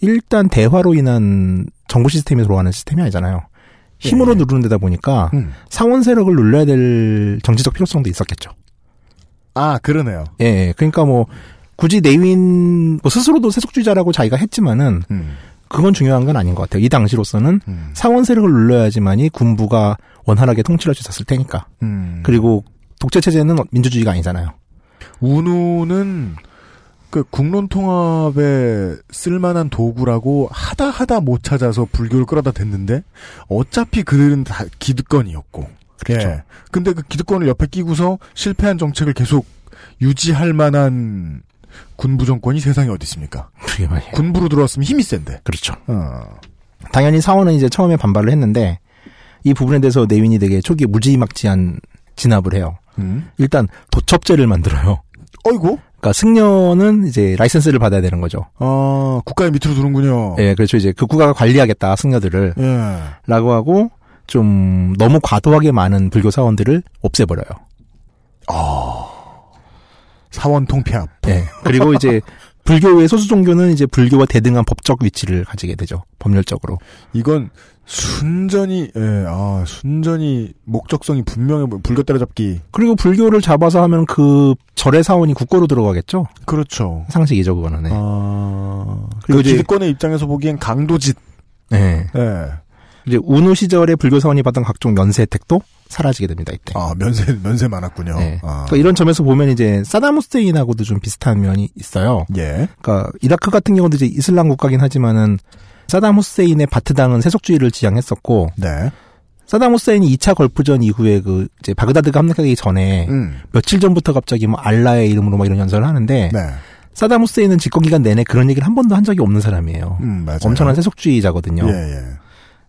M: 일단 대화로 인한 정부 시스템이 돌아가는 시스템이 아니잖아요. 힘으로 누르는 데다 보니까
B: 음.
M: 상원 세력을 눌러야 될 정치적 필요성도 있었겠죠.
B: 아 그러네요.
M: 예, 예. 그러니까 뭐 굳이 내윈 뭐 스스로도 세속주의자라고 자기가 했지만은 그건 중요한 건 아닌 것 같아요. 이 당시로서는 상원 세력을 눌러야지만이 군부가 원활하게 통치할 수 있었을 테니까.
B: 음.
M: 그리고 독재 체제는 민주주의가 아니잖아요.
B: 운우는 그 국론 통합에 쓸만한 도구라고 하다 하다 못 찾아서 불교를 끌어다 댔는데 어차피 그들은 다 기득권이었고
M: 그렇죠.
B: 예. 근데 그 기득권을 옆에 끼고서 실패한 정책을 계속 유지할 만한 군부 정권이 세상에 어디 있습니까?
M: 그게 말이에요.
B: 군부로 들어왔으면 힘이 센데. 어.
M: 그렇죠. 당연히 사원은 이제 처음에 반발을 했는데 이 부분에 대해서 내윈이 되게 초기에 무지막지한 진압을 해요.
B: 음.
M: 일단 도첩제를 만들어요.
B: 어이고.
M: 그러니까 승려는 이제 라이센스를 받아야 되는 거죠.
B: 아, 국가의 밑으로 두는군요.
M: 예, 그렇죠. 이제 그 국가가 관리하겠다 승려들을
B: 예.
M: 라고 하고 좀 너무 과도하게 많은 불교 사원들을 없애버려요.
B: 사원 통폐합.
M: 예. 그리고 이제 불교의 소수 종교는 이제 불교와 대등한 법적 위치를 가지게 되죠. 법률적으로.
B: 이건 순전히 예, 아, 순전히 목적성이 분명해 보여. 불교 때려잡기.
M: 그리고 불교를 잡아서 하면 그 절의 사원이 국고로 들어가겠죠.
B: 그렇죠.
M: 상식이죠 그거는. 네.
B: 그리고
M: 그리고 이제
B: 기득권의 입장에서 보기엔 강도짓.
M: 예. 이제 운우 시절에 불교 사원이 받던 각종 연세 혜택도 사라지게 됩니다 이때.
B: 아 면세 면세 많았군요.
M: 네.
B: 아.
M: 그러니까 이런 점에서 보면 이제 사담 후세인하고도 좀 비슷한 면이 있어요.
B: 예.
M: 그러니까 이라크 같은 경우도 이제 이슬람 국가긴 하지만은 사담 후세인의 바트당은 세속주의를 지향했었고
B: 네.
M: 사담 후세인이 2차 걸프전 이후에 그 이제 바그다드가 함락하기 전에
B: 음.
M: 며칠 전부터 갑자기 뭐 알라의 이름으로 막 이런 연설을 하는데
B: 네.
M: 사담 후세인은 집권 기간 내내 그런 얘기를 한 번도 한 적이 없는 사람이에요.
B: 음, 맞아요.
M: 엄청난 세속주의자거든요.
B: 예, 예.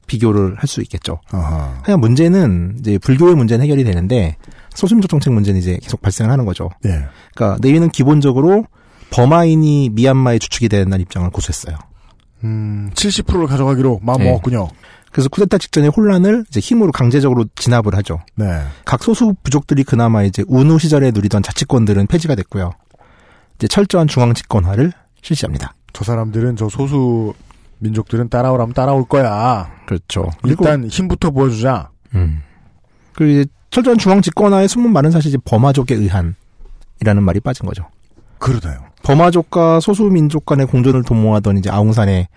M: 비교를 할 수 있겠죠.
B: 아하.
M: 하여간 문제는 이제 불교의 문제는 해결이 되는데 소심적 정책 문제는 이제 계속 발생을 하는 거죠.
B: 예.
M: 그러니까 내위는 기본적으로 버마인이 미얀마에 주축이 된다는 입장을 고수했어요.
B: 음, 70%를 가져가기로 마음
M: 네.
B: 먹었군요.
M: 그래서 쿠데타 직전의 혼란을 이제 힘으로 강제적으로 진압을 하죠.
B: 네.
M: 각 소수 부족들이 그나마 이제 운우 시절에 누리던 자치권들은 폐지가 됐고요. 이제 철저한 중앙 집권화를 실시합니다.
B: 저 사람들은 저 소수 민족들은 따라오라면 따라올 거야.
M: 그렇죠.
B: 일단 힘부터 보여주자.
M: 음. 그리고 이제 철저한 중앙 집권화의 숨은 말은 사실 이제 버마족에 의한이라는 말이 빠진 거죠.
B: 그러네요.
M: 버마족과 소수민족 간의 공존을 도모하던 이제 아웅산의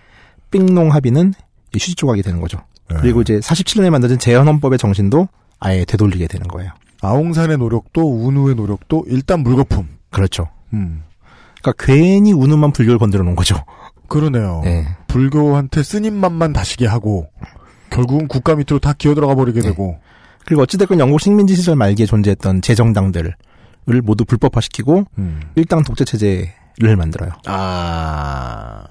M: 삥농 합의는 이제 휴지 조각이 되는 거죠.
B: 예. 네.
M: 그리고 이제 47년에 만들어진 재헌헌법의 정신도 아예 되돌리게 되는 거예요.
B: 아웅산의 노력도 운우의 노력도 일단 물거품.
M: 그렇죠.
B: 음.
M: 그러니까 괜히 운우만 불교를 건드려 놓은 거죠.
B: 그러네요.
M: 네.
B: 불교한테 쓰님만만 다시게 하고 결국은 국가 밑으로 다 기어 들어가 버리게 되고.
M: 그리고 어찌됐건 영국 식민지 시절 말기에 존재했던 재정당들을 모두 불법화시키고
B: 음,
M: 일당 독재 체제를 만들어요.
B: 아.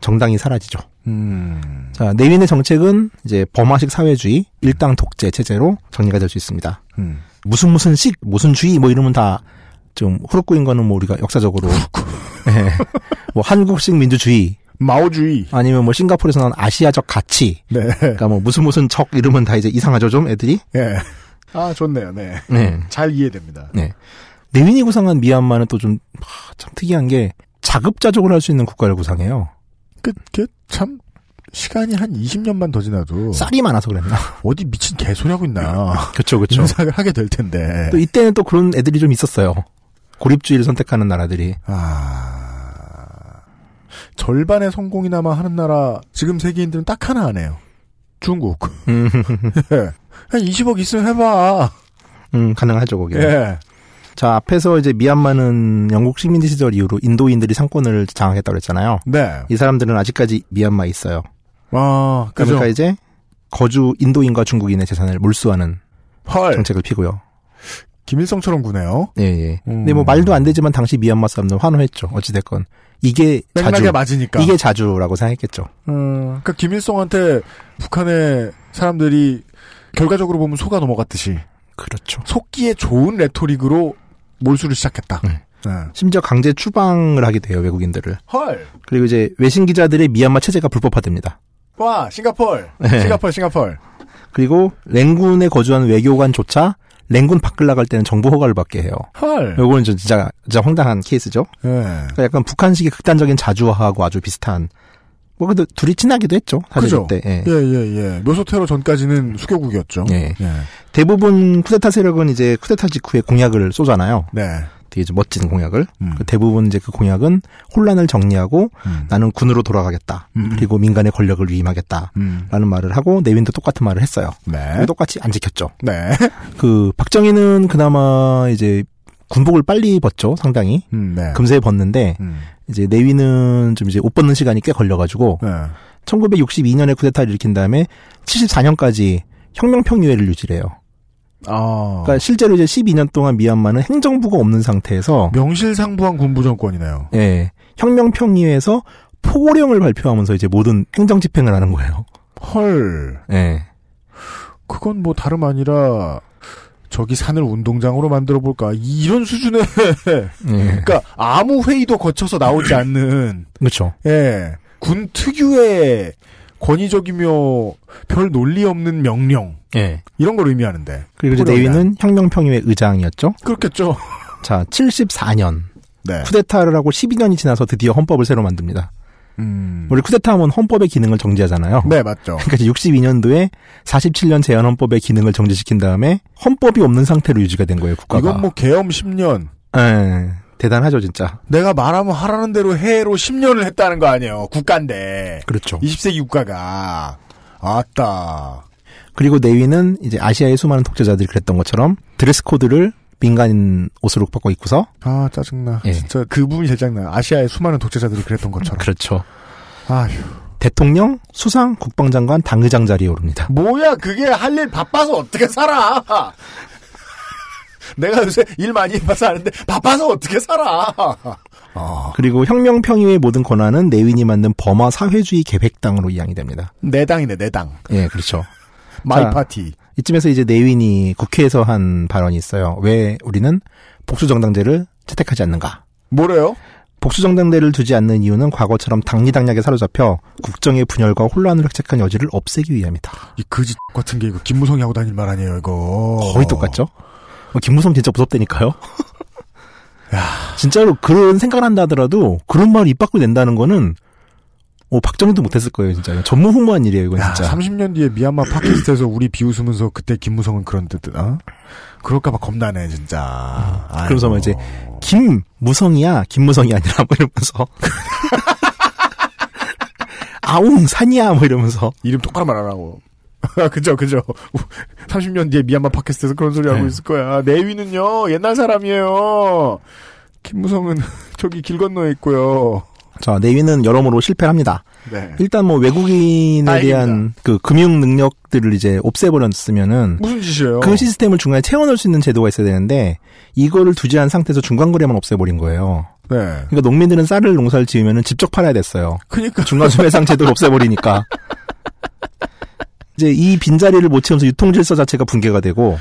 M: 정당이 사라지죠.
B: 음.
M: 자, 내윈의 정책은 이제 범화식 사회주의, 일당 독재 체제로 정리가 될 수 있습니다.
B: 음.
M: 무슨 무슨 식, 무슨 주의 뭐 이러면 다 좀 후루꾸인 거는 뭐 우리가 역사적으로 예. 뭐 한국식 민주주의,
B: 마오주의 네.
M: 아니면 뭐 싱가포르에서 나온 아시아적 가치. 그러니까 뭐 무슨 무슨 적 이러면 다 이제 이상하죠 좀 애들이.
B: 예. 아 좋네요. 네.
M: 네.
B: 잘 이해됩니다.
M: 네. 내윈이 구상한 미얀마는 또 좀 참 특이한 게 자급자족을 할 수 있는 국가를 구상해요.
B: 그참 시간이 한 20년만 더 지나도
M: 쌀이 많아서 그랬나?
B: 어디 미친 개소리 하고 있나?
M: 어. 그렇죠, 그렇죠.
B: 인사를 하게 될 텐데.
M: 또 이때는 또 그런 애들이 좀 있었어요. 고립주의를 선택하는 나라들이.
B: 아, 절반의 성공이나마 하는 나라 지금 세계인들은 딱 하나 안 해요. 중국. 예. 한 20억 있으면 해봐.
M: 음, 가능하죠, 거기는.
B: 예.
M: 자, 앞에서 이제 미얀마는 영국 식민지 시절 이후로 인도인들이 상권을 장악했다고 그랬잖아요.
B: 네.
M: 이 사람들은 아직까지 미얀마에 있어요.
B: 아, 그죠.
M: 그러니까 이제 거주 인도인과 중국인의 재산을 몰수하는 정책을 피고요.
B: 김일성처럼 구네요.
M: 예, 예. 근데
B: 음.
M: 뭐 말도 안 되지만 당시 미얀마 사람들은 환호했죠. 어찌됐건. 이게
B: 맥락에
M: 자주.
B: 맞으니까.
M: 이게 자주라고 생각했겠죠.
B: 음, 그러니까 김일성한테 북한의 사람들이 결과적으로 보면 속아 넘어갔듯이
M: 그렇죠.
B: 속기에 좋은 레토릭으로 몰수를 시작했다.
M: 네.
B: 네.
M: 심지어 강제 추방을 하게 돼요, 외국인들을.
B: 헐.
M: 그리고 이제 외신 기자들의 미얀마 체제가 불법화됩니다.
B: 와, 싱가폴.
M: 네.
B: 싱가폴, 싱가폴.
M: 그리고 랭군에 거주한 외교관조차 랭군 밖을 나갈 때는 정부 허가를 받게 해요.
B: 헐.
M: 요거는 좀 진짜 진짜 황당한 케이스죠.
B: 예.
M: 그러니까 약간 북한식의 극단적인 자주화하고 아주 비슷한. 뭐 그래도 둘이 친하기도 했죠. 사실
B: 그죠?
M: 그때. 예.
B: 예, 예, 예. 묘소 테러 전까지는 수교국이었죠.
M: 예.
B: 예.
M: 대부분 쿠데타 세력은 이제 쿠데타 직후에 공약을 쏘잖아요.
B: 네.
M: 되게 이제 멋진 공약을.
B: 음.
M: 그 대부분 이제 그 공약은 혼란을 정리하고 나는 군으로 돌아가겠다.
B: 음.
M: 그리고 민간의 권력을 위임하겠다.
B: 음.
M: 라는 말을 하고 내빈도 똑같은 말을 했어요.
B: 네.
M: 근데 똑같이 안 지켰죠.
B: 네.
M: 그 박정희는 그나마 이제 군복을 빨리 벗죠. 상당히.
B: 음, 네. 음.
M: 금세 벗는데 이제 내위는 좀 이제 옷 벗는 시간이 꽤 걸려가지고
B: 네.
M: 1962년에 쿠데타를 일으킨 다음에 74년까지 혁명평유회를 유지해요.
B: 아.
M: 그러니까 실제로 이제 12년 동안 미얀마는 행정부가 없는 상태에서
B: 명실상부한 군부 정권이네요.
M: 예 혁명평유회에서 포고령을 발표하면서 이제 모든 행정 집행을 하는 거예요.
B: 헐.
M: 예.
B: 그건 뭐 다름 아니라 저기 산을 운동장으로 만들어 볼까 이런 수준의
M: 예.
B: 그러니까 아무 회의도 거쳐서 나오지 않는
M: 그렇죠.
B: 예. 군 특유의 권위적이며 별 논리 없는 명령
M: 예.
B: 이런 걸 의미하는데
M: 그리고 이제
B: 훌륭하다.
M: 내위는 혁명평유회 의장이었죠.
B: 그렇겠죠.
M: 자, 74년
B: 네.
M: 쿠데타를 하고 12년이 지나서 드디어 헌법을 새로 만듭니다.
B: 음.
M: 우리 쿠데타 하면 헌법의 기능을 정지하잖아요.
B: 네, 맞죠.
M: 그러니까 62년도에 47년 제한 헌법의 기능을 정지시킨 다음에 헌법이 없는 상태로 유지가 된 거예요, 국가가.
B: 이건 뭐 계엄 10년
M: 예, 대단하죠, 진짜.
B: 내가 말하면 하라는 대로 해로 10년을 했다는 거 아니에요. 국가인데.
M: 그렇죠.
B: 20세기 국가가. 아따.
M: 그리고 내위는 이제 아시아의 수많은 독재자들이 그랬던 것처럼 드레스 코드를 민간인 옷으로 바꿔 입고서
B: 아, 짜증나.
M: 예.
B: 진짜 그 부분이 제일 짜증나. 아시아의 수많은 독재자들이 그랬던 것처럼.
M: 그렇죠.
B: 아휴.
M: 대통령, 수상, 국방장관, 당의장 자리에 오릅니다.
B: 뭐야, 그게 할 일 바빠서 어떻게 살아! 내가 요새 일 많이 해봐서 아는데, 바빠서 어떻게 살아!
M: 그리고 혁명평의회의 모든 권한은 내윈이 만든 버마 사회주의 계획당으로 이양이 됩니다.
B: 내 당이네, 내 당.
M: 예, 그렇죠.
B: 마이
M: 자,
B: 파티.
M: 이쯤에서 이제 내윈이 국회에서 한 발언이 있어요. 왜 우리는 복수정당제를 채택하지 않는가?
B: 뭐래요?
M: 복수정당제를 두지 않는 이유는 과거처럼 당리당략에 사로잡혀 국정의 분열과 혼란을 획책한 여지를 없애기 위함이다.
B: 이 거지 X 같은 게 이거 김무성이 하고 다닐 말 아니에요, 이거.
M: 거의 똑같죠? 어, 김무성 진짜 무섭다니까요? 진짜로 그런 생각을 한다 하더라도 그런 말을 입 밖으로 낸다는 거는 어, 박정희도 못했을 거예요, 진짜. 전무후무한 일이에요, 이건
B: 야,
M: 진짜.
B: 30년 뒤에 미얀마 팟캐스트에서 우리 비웃으면서 그때 김무성은 그런 듯, 어? 그럴까봐 겁나네, 진짜. 아이고.
M: 그러면서 막 이제 김무성이야 김무성이 아니라 뭐 이러면서 아웅 산이야 뭐 이러면서
B: 이름 똑바로 말하라고. 그죠, 그죠. 30년 뒤에 미얀마 팟캐스트에서 그런 소리 하고
M: 네.
B: 있을 거야. 내위는요, 옛날 사람이에요. 김무성은 저기 길 건너에 있고요.
M: 자 내위는 여러모로 실패합니다.
B: 네.
M: 일단 뭐 외국인에 대한 그 금융 능력들을 이제 없애버렸으면은
B: 무슨 짓이에요?
M: 그 시스템을 중간에 채워넣을 수 있는 제도가 있어야 되는데 이거를 두지 않은 상태에서 중간 거래만 없애버린 거예요.
B: 네.
M: 그러니까 농민들은 쌀을 농사를 지으면은 직접 팔아야 됐어요.
B: 그러니까
M: 중간 소매상 제도를 없애버리니까 이제 이 빈자리를 못 채우면서 유통 질서 자체가 붕괴가 되고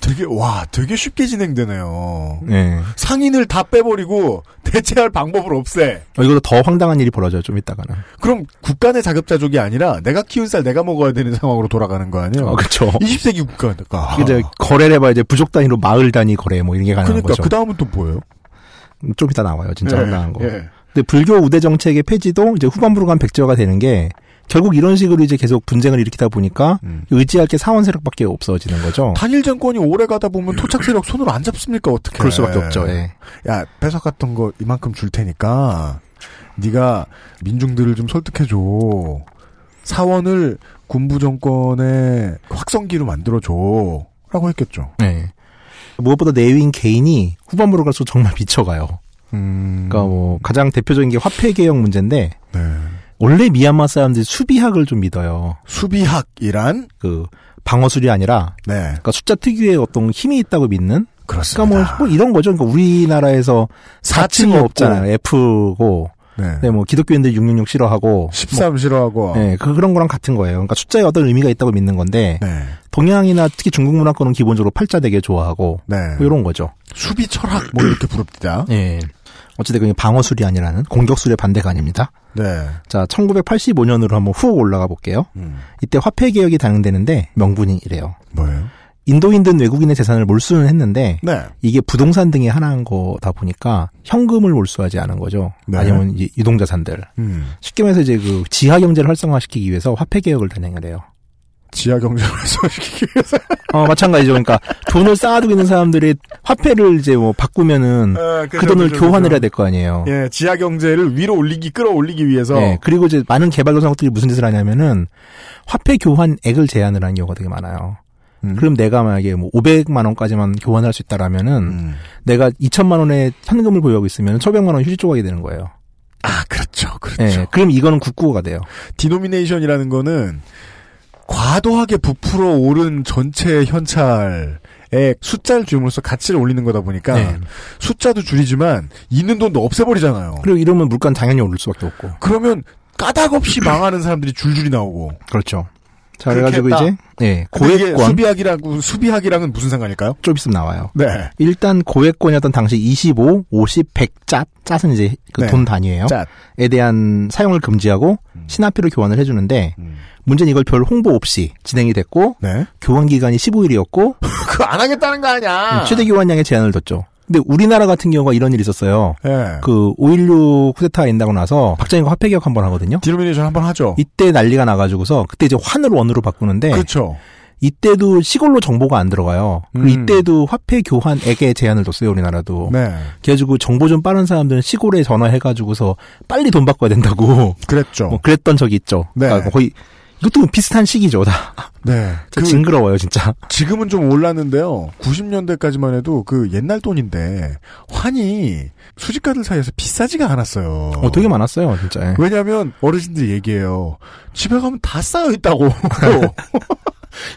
B: 되게, 와, 되게 쉽게 진행되네요.
M: 예.
B: 상인을 다 빼버리고 대체할 방법을 없애.
M: 어, 이거보다 더 황당한 일이 벌어져요, 좀 이따가는.
B: 그럼 국가 내 자급자족이 아니라 내가 키운 쌀 내가 먹어야 되는 상황으로 돌아가는 거 아니에요?
M: 어, 그쵸. 아.
B: 20세기 국가니까.
M: 이게 이제 거래를 해봐 이제 부족 단위로 마을 단위 거래 뭐 이런 게 가능한
B: 그러니까
M: 거죠.
B: 그 다음은 또 뭐예요?
M: 좀 이따 나와요, 진짜
B: 예,
M: 황당한 거.
B: 예.
M: 근데 불교 우대 정책의 폐지도 이제 후반부로 간 백제화가 되는 게 결국 이런 식으로 이제 계속 분쟁을 일으키다 보니까 의지할 게 사원 세력밖에 없어지는 거죠.
B: 단일 정권이 오래 가다 보면 토착 세력 손으로 안 잡습니까 어떻게?
M: 그럴 수밖에 없죠, 예.
B: 야 배석 같은 거 이만큼 줄 테니까 네가 민중들을 좀 설득해 줘. 사원을 군부 정권의 확성기로 만들어줘라고 했겠죠.
M: 네. 무엇보다 내외인 개인이 후반부로 갈수록 정말 미쳐가요. 그러니까 뭐 가장 대표적인 게 화폐 개혁 문제인데 원래 미얀마 사람들이 수비학을 좀 믿어요.
B: 수비학이란
M: 그 방어술이 아니라
B: 네,
M: 그러니까 숫자 특유의 어떤 힘이 있다고 믿는 그렇습니다. 그러니까 뭐, 뭐 이런 거죠. 그러니까 우리나라에서 4층이 없잖아요. F고
B: 네.
M: 네, 뭐 기독교인들 666 싫어하고
B: 13
M: 뭐,
B: 싫어하고
M: 네, 그, 그런 거랑 같은 거예요. 그러니까 숫자에 어떤 의미가 있다고 믿는 건데
B: 네,
M: 동양이나 특히 중국 문화권은 기본적으로 팔자 되게 좋아하고 뭐 이런 거죠.
B: 네. 수비 철학 뭐 이렇게 부릅니다.
M: 예. 어찌됐건 이게 방어술이 아니라는 공격술의 반대가 아닙니다.
B: 네. 음.
M: 자, 1985년으로 한번 훅 올라가 볼게요. 이때 화폐 개혁이 단행되는데 명분이 이래요.
B: 뭐예요?
M: 인도인 등 외국인의 재산을 몰수는 했는데
B: 네.
M: 이게 부동산 등의 하나인 거다 보니까 현금을 몰수하지 않은 거죠.
B: 네.
M: 아니면 이제 유동 자산들.
B: 음.
M: 쉽게 말해서 이제 그 지하 경제를 활성화시키기 위해서 화폐 개혁을 단행을 해요.
B: 지하 경제를 활성화시키기 위해서.
M: 어, 마찬가지죠. 그러니까 돈을 쌓아두고 있는 사람들이 화폐를 이제 뭐 바꾸면은
B: 어,
M: 그
B: 그죠,
M: 돈을
B: 그죠,
M: 교환을
B: 그죠.
M: 해야 될 거 아니에요.
B: 예, 지하 경제를 위로 올리기 끌어올리기 위해서
M: 예, 그리고 이제 많은 개발도상국들이 무슨 짓을 하냐면은 화폐 교환액을 제한을 하는 경우가 되게 많아요.
B: 음.
M: 그럼 내가 만약에 뭐 500만 원까지만 교환할 수 있다라면은
B: 음.
M: 내가 2천만 원의 현금을 보유하고 있으면 1,500만 원 휴지 조각이 되는 거예요.
B: 아 그렇죠, 그렇죠.
M: 예, 그럼 이거는 국고가 돼요.
B: 디노미네이션이라는 거는 과도하게 부풀어 오른 전체 현찰의 숫자를 줄임으로써 가치를 올리는 거다 보니까
M: 그러니까 네.
B: 숫자도 줄이지만 있는 돈도 없애버리잖아요.
M: 그리고 이러면 물가는 당연히 오를 수밖에 없고.
B: 그러면 까닥없이 망하는 사람들이 줄줄이 나오고.
M: 그렇죠. 자,
B: 그렇게
M: 그래가지고
B: 했다.
M: 이제 예,
B: 근데 이게
M: 고액권
B: 수비학이라고 수비학이랑은 무슨 상관일까요?
M: 좀 있으면 나와요.
B: 네.
M: 일단 고액권이었던 당시 25, 50, 100 짜, 짜은 이제 그
B: 네.
M: 돈 단위예요.
B: 짜.
M: 에 대한 사용을 금지하고
B: 음.
M: 신화폐로 교환을 해주는데 문제는 이걸 별 홍보 없이 진행이 됐고
B: 네.
M: 교환 기간이 15일이었고 음,
B: 그거 안 하겠다는 거 아니야.
M: 최대 교환량에 제한을 뒀죠. 근데 우리나라 같은 경우가 이런 일이 있었어요.
B: 예.
M: 그 5.16 쿠데타가 인다고 나서 박정희가 화폐 개혁 한 번 하거든요.
B: 디노미네이션 한 번 하죠.
M: 이때 난리가 나가지고서 그때 이제 환으로 원으로 바꾸는데
B: 그렇죠.
M: 이때도 시골로 정보가 안 들어가요. 그리고
B: 음.
M: 이때도 화폐 교환액에 제한을 뒀어요, 우리나라도.
B: 네.
M: 그래가지고 정보 좀 빠른 사람들은 시골에 전화해가지고서 빨리 돈 바꿔야 된다고.
B: 그랬죠.
M: 뭐 그랬던 적이 있죠.
B: 어. 네.
M: 그러니까 거의 이것도 뭐 비슷한 시기죠, 다.
B: 네.
M: 진짜 징그러워요, 진짜.
B: 지금은 좀 올랐는데요. 90년대까지만 해도 그 옛날 돈인데 환이 수집가들 사이에서 비싸지가 않았어요.
M: 어, 되게 많았어요, 진짜. 예.
B: 왜냐하면 어르신들 얘기해요. 집에 가면 다 쌓여 있다고.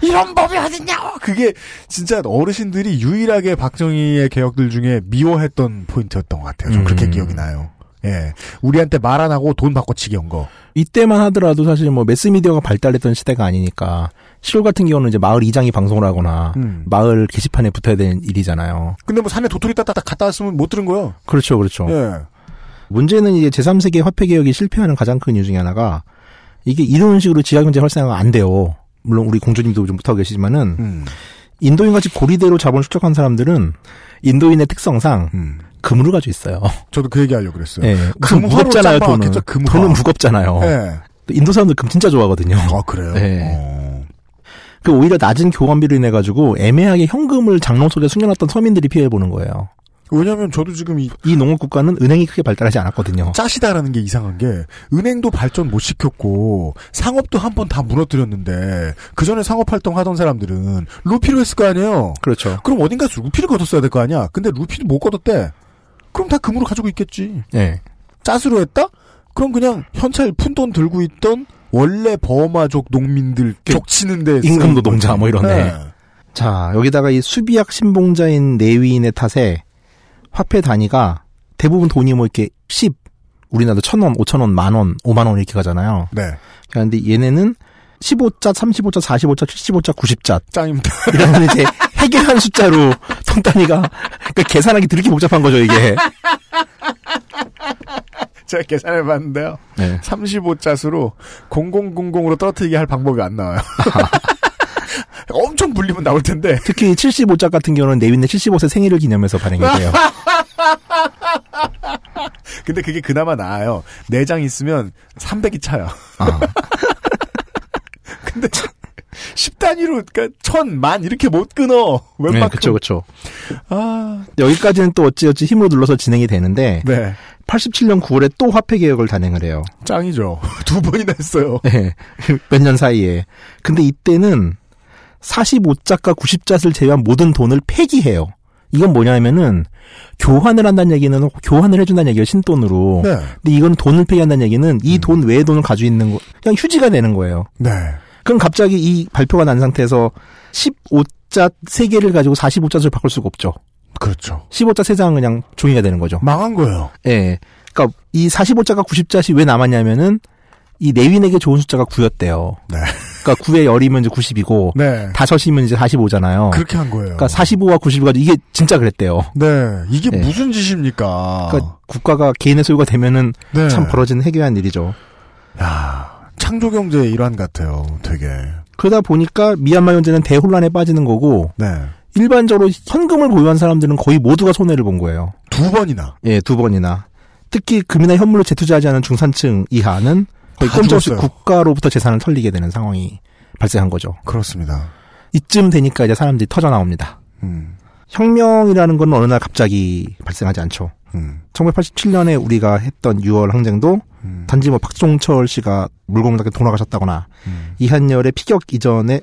B: 이런 법이 어딨냐고. 그게 진짜 어르신들이 유일하게 박정희의 개혁들 중에 미워했던 포인트였던 것 같아요. 좀 그렇게 기억이 나요. 예, 우리한테 말 안 하고 돈 바꿔치기 한 거.
M: 이때만 하더라도 사실 뭐 매스미디어가 발달했던 시대가 아니니까 시골 같은 경우는 이제 마을 이장이 방송을 하거나
B: 음.
M: 마을 게시판에 붙어야 되는 일이잖아요.
B: 근데 뭐 산에 도토리 따따 갔다 왔으면 못 들은 거예요.
M: 그렇죠, 그렇죠.
B: 예.
M: 문제는 이제 제3세계 화폐 개혁이 실패하는 가장 큰 이유 중에 하나가 이게 이런 식으로 지하 경제 활성화가 안 돼요. 물론 우리 공주님도 좀 못하고
B: 음.
M: 계시지만은 인도인 같이 고리대로 자본 축적한 사람들은 인도인의 특성상 금을 가지고 있어요.
B: 음. 저도 그 얘기하려고 그랬어요.
M: 예. 무슨
B: 금화로 짬뽕
M: 무겁잖아요, 돈은.
B: 왔겠죠, 금화.
M: 돈은 무겁잖아요.
B: 예.
M: 또 인도 사람들 금 진짜 좋아하거든요.
B: 아, 그래요? 어.
M: 그 오히려 낮은 교환비로 인해 가지고 애매하게 현금을 장롱 속에 숨겨놨던 서민들이 피해 보는 거예요.
B: 왜냐하면 저도 지금 이,
M: 농업 국가는 은행이 크게 발달하지 않았거든요.
B: 짜시다라는 게 이상한 게 은행도 발전 못 시켰고 상업도 한 번 다 무너뜨렸는데 그 전에 상업 활동 하던 사람들은 루피로 했을 거 아니에요.
M: 그렇죠.
B: 그럼 어딘가 루피를 걷었어야 될 거 아니야. 근데 루피도 못 걷었대. 그럼 다 금으로 가지고 있겠지.
M: 예.
B: 짜수로 했다? 그럼 그냥 현찰 푼돈 들고 있던 원래 버마족 농민들 족치는 데 쓰는
M: 임금 노동자
B: 거지.
M: 뭐 이런 데. 자 여기다가 이 수비약 신봉자인 내위인의 탓에 화폐 단위가 대부분 돈이 뭐 이렇게 10 우리나라도 천 원, 오천 원, 만 원, 오만 원 이렇게 가잖아요.
B: 네.
M: 그런데 얘네는 15자, 35자, 45자, 75자, 90자.
B: 짱입니다.
M: 이런 이제 해결한 숫자로 돈 단위가 그러니까 계산하기 되게 복잡한 거죠 이게.
B: 제가 계산해 봤는데요.
M: 네.
B: 35자수로 0000으로 떨어뜨리게 할 방법이 안 나와요. 엄청 불리면 나올 텐데.
M: 특히 75자 같은 경우는 내윈의 75세 생일을 기념해서 발행이 돼요.
B: 근데 그게 그나마 나아요.
M: 아.
B: 4장 있으면 300이 차요. 근데 10단위로, 그러니까 천, 만 이렇게 못 끊어.
M: 네,
B: 웬만큼.
M: 그쵸, 그쵸.
B: 아,
M: 여기까지는 또 어찌어찌 힘으로 눌러서 진행이 되는데
B: 네.
M: 87년 9월에 또 화폐 개혁을 단행을 해요.
B: 짱이죠. 두 번이나 했어요.
M: 네. 몇 년 사이에. 근데 이때는 45짝과 90짝을 제외한 모든 돈을 폐기해요. 이건 뭐냐면은 교환을 한다는 얘기는 교환을 해준다는 얘기예요 신돈으로.
B: 네.
M: 근데 이건 돈을 폐기한다는 얘기는 이 돈 외의 돈을 가지고 있는 거 그냥 휴지가 되는 거예요.
B: 네.
M: 그럼 갑자기 이 발표가 난 상태에서 15자 세개를 가지고 45자를 바꿀 수가 없죠.
B: 그렇죠.
M: 15자 세장은 그냥 종이가 되는 거죠.
B: 망한 거예요.
M: 예. 그러니까 이 45자가 90자씩 왜 남았냐면은 이 내윈에게 좋은 숫자가 9였대요. 그러니까 9에 열이면 이제 90이고
B: 네. 그렇죠.
M: 다섯이면 이제 45잖아요.
B: 그렇게 한 거예요.
M: 그러니까 45와 90을 가지고 이게 진짜 그랬대요.
B: 네. 이게
M: 네.
B: 무슨 짓입니까?
M: 그러니까 국가가 개인의 소유가 되면은
B: 아. 네.
M: 참 벌어지는 해괴한 일이죠.
B: 창조 경제의 일환 같아요. 되게.
M: 그러다 보니까 미얀마 현재는 대혼란에 빠지는 거고
B: 네.
M: 일반적으로 현금을 보유한 사람들은 거의 모두가 손해를 본 거예요.
B: 두 번이나.
M: 예, 두 번이나. 특히 금이나 현물로 재투자하지 않은 중산층 이하는 거의
B: 다
M: 꼼짝없이
B: 죽었어요.
M: 국가로부터 재산을 털리게 되는 상황이 발생한 거죠.
B: 그렇습니다.
M: 이쯤 되니까 이제 사람들이 터져 나옵니다.
B: 음.
M: 혁명이라는 건 어느 날 갑자기 발생하지 않죠.
B: 음.
M: 1987년에 우리가 했던 6월 항쟁도
B: 음.
M: 단지 뭐 박종철 씨가 물공을 닦게 돌아가셨다거나
B: 음.
M: 이한열의 피격 이전에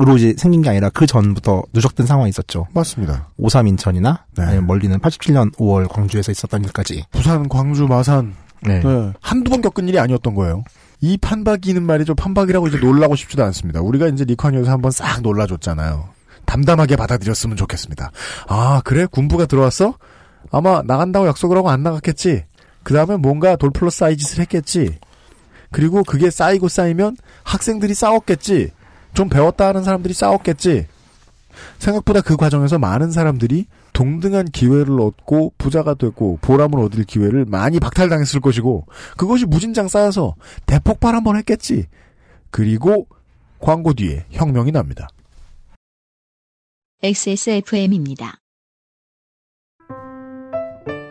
M: 으로 이제 생긴 게 아니라 그 전부터 누적된 상황이 있었죠.
B: 맞습니다.
M: 53 인천이나
B: 네.
M: 아니면 뭐- 멀리는 87년 5월 광주에서 있었던 일까지.
B: 부산, 광주, 마산.
M: 네.
B: 네. 한두 번 겪은 일이 아니었던 거예요. 이 판박이는 말이죠. 판박이라고 이제 놀라고 싶지도 않습니다. 우리가 이제 리커니에서 한번 싹 놀라줬잖아요. 담담하게 받아들였으면 좋겠습니다. 아, 그래? 군부가 들어왔어? 아마 나간다고 약속을 하고 안 나갔겠지? 그 다음에 뭔가 돌플러 사이짓을 했겠지? 그리고 그게 쌓이고 쌓이면 학생들이 싸웠겠지? 좀 배웠다 하는 사람들이 싸웠겠지? 생각보다 그 과정에서 많은 사람들이 동등한 기회를 얻고 부자가 되고 보람을 얻을 기회를 많이 박탈당했을 것이고 그것이 무진장 쌓여서 대폭발 한번 했겠지. 그리고 광고 뒤에 혁명이 납니다.
A: XSFM입니다.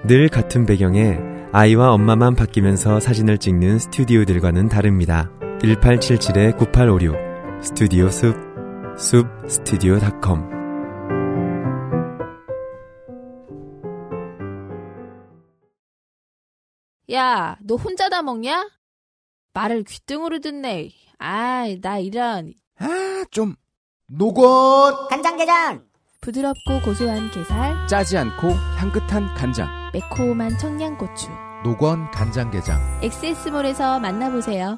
K: 늘 같은 배경에 아이와 엄마만 바뀌면서 사진을 찍는 스튜디오들과는 다릅니다. 1877-9856 스튜디오 숲, 숲 스튜디오닷컴
H: 야, 너 혼자 다 먹냐? 말을 귀등으로 듣네. 아이, 나 이런.
I: 아, 좀. 노건
H: 간장게장! 부드럽고 고소한 게살,
I: 짜지 않고 향긋한 간장.
G: 매콤한 청양고추.
I: 노건 간장게장.
G: 엑세스몰에서 만나보세요.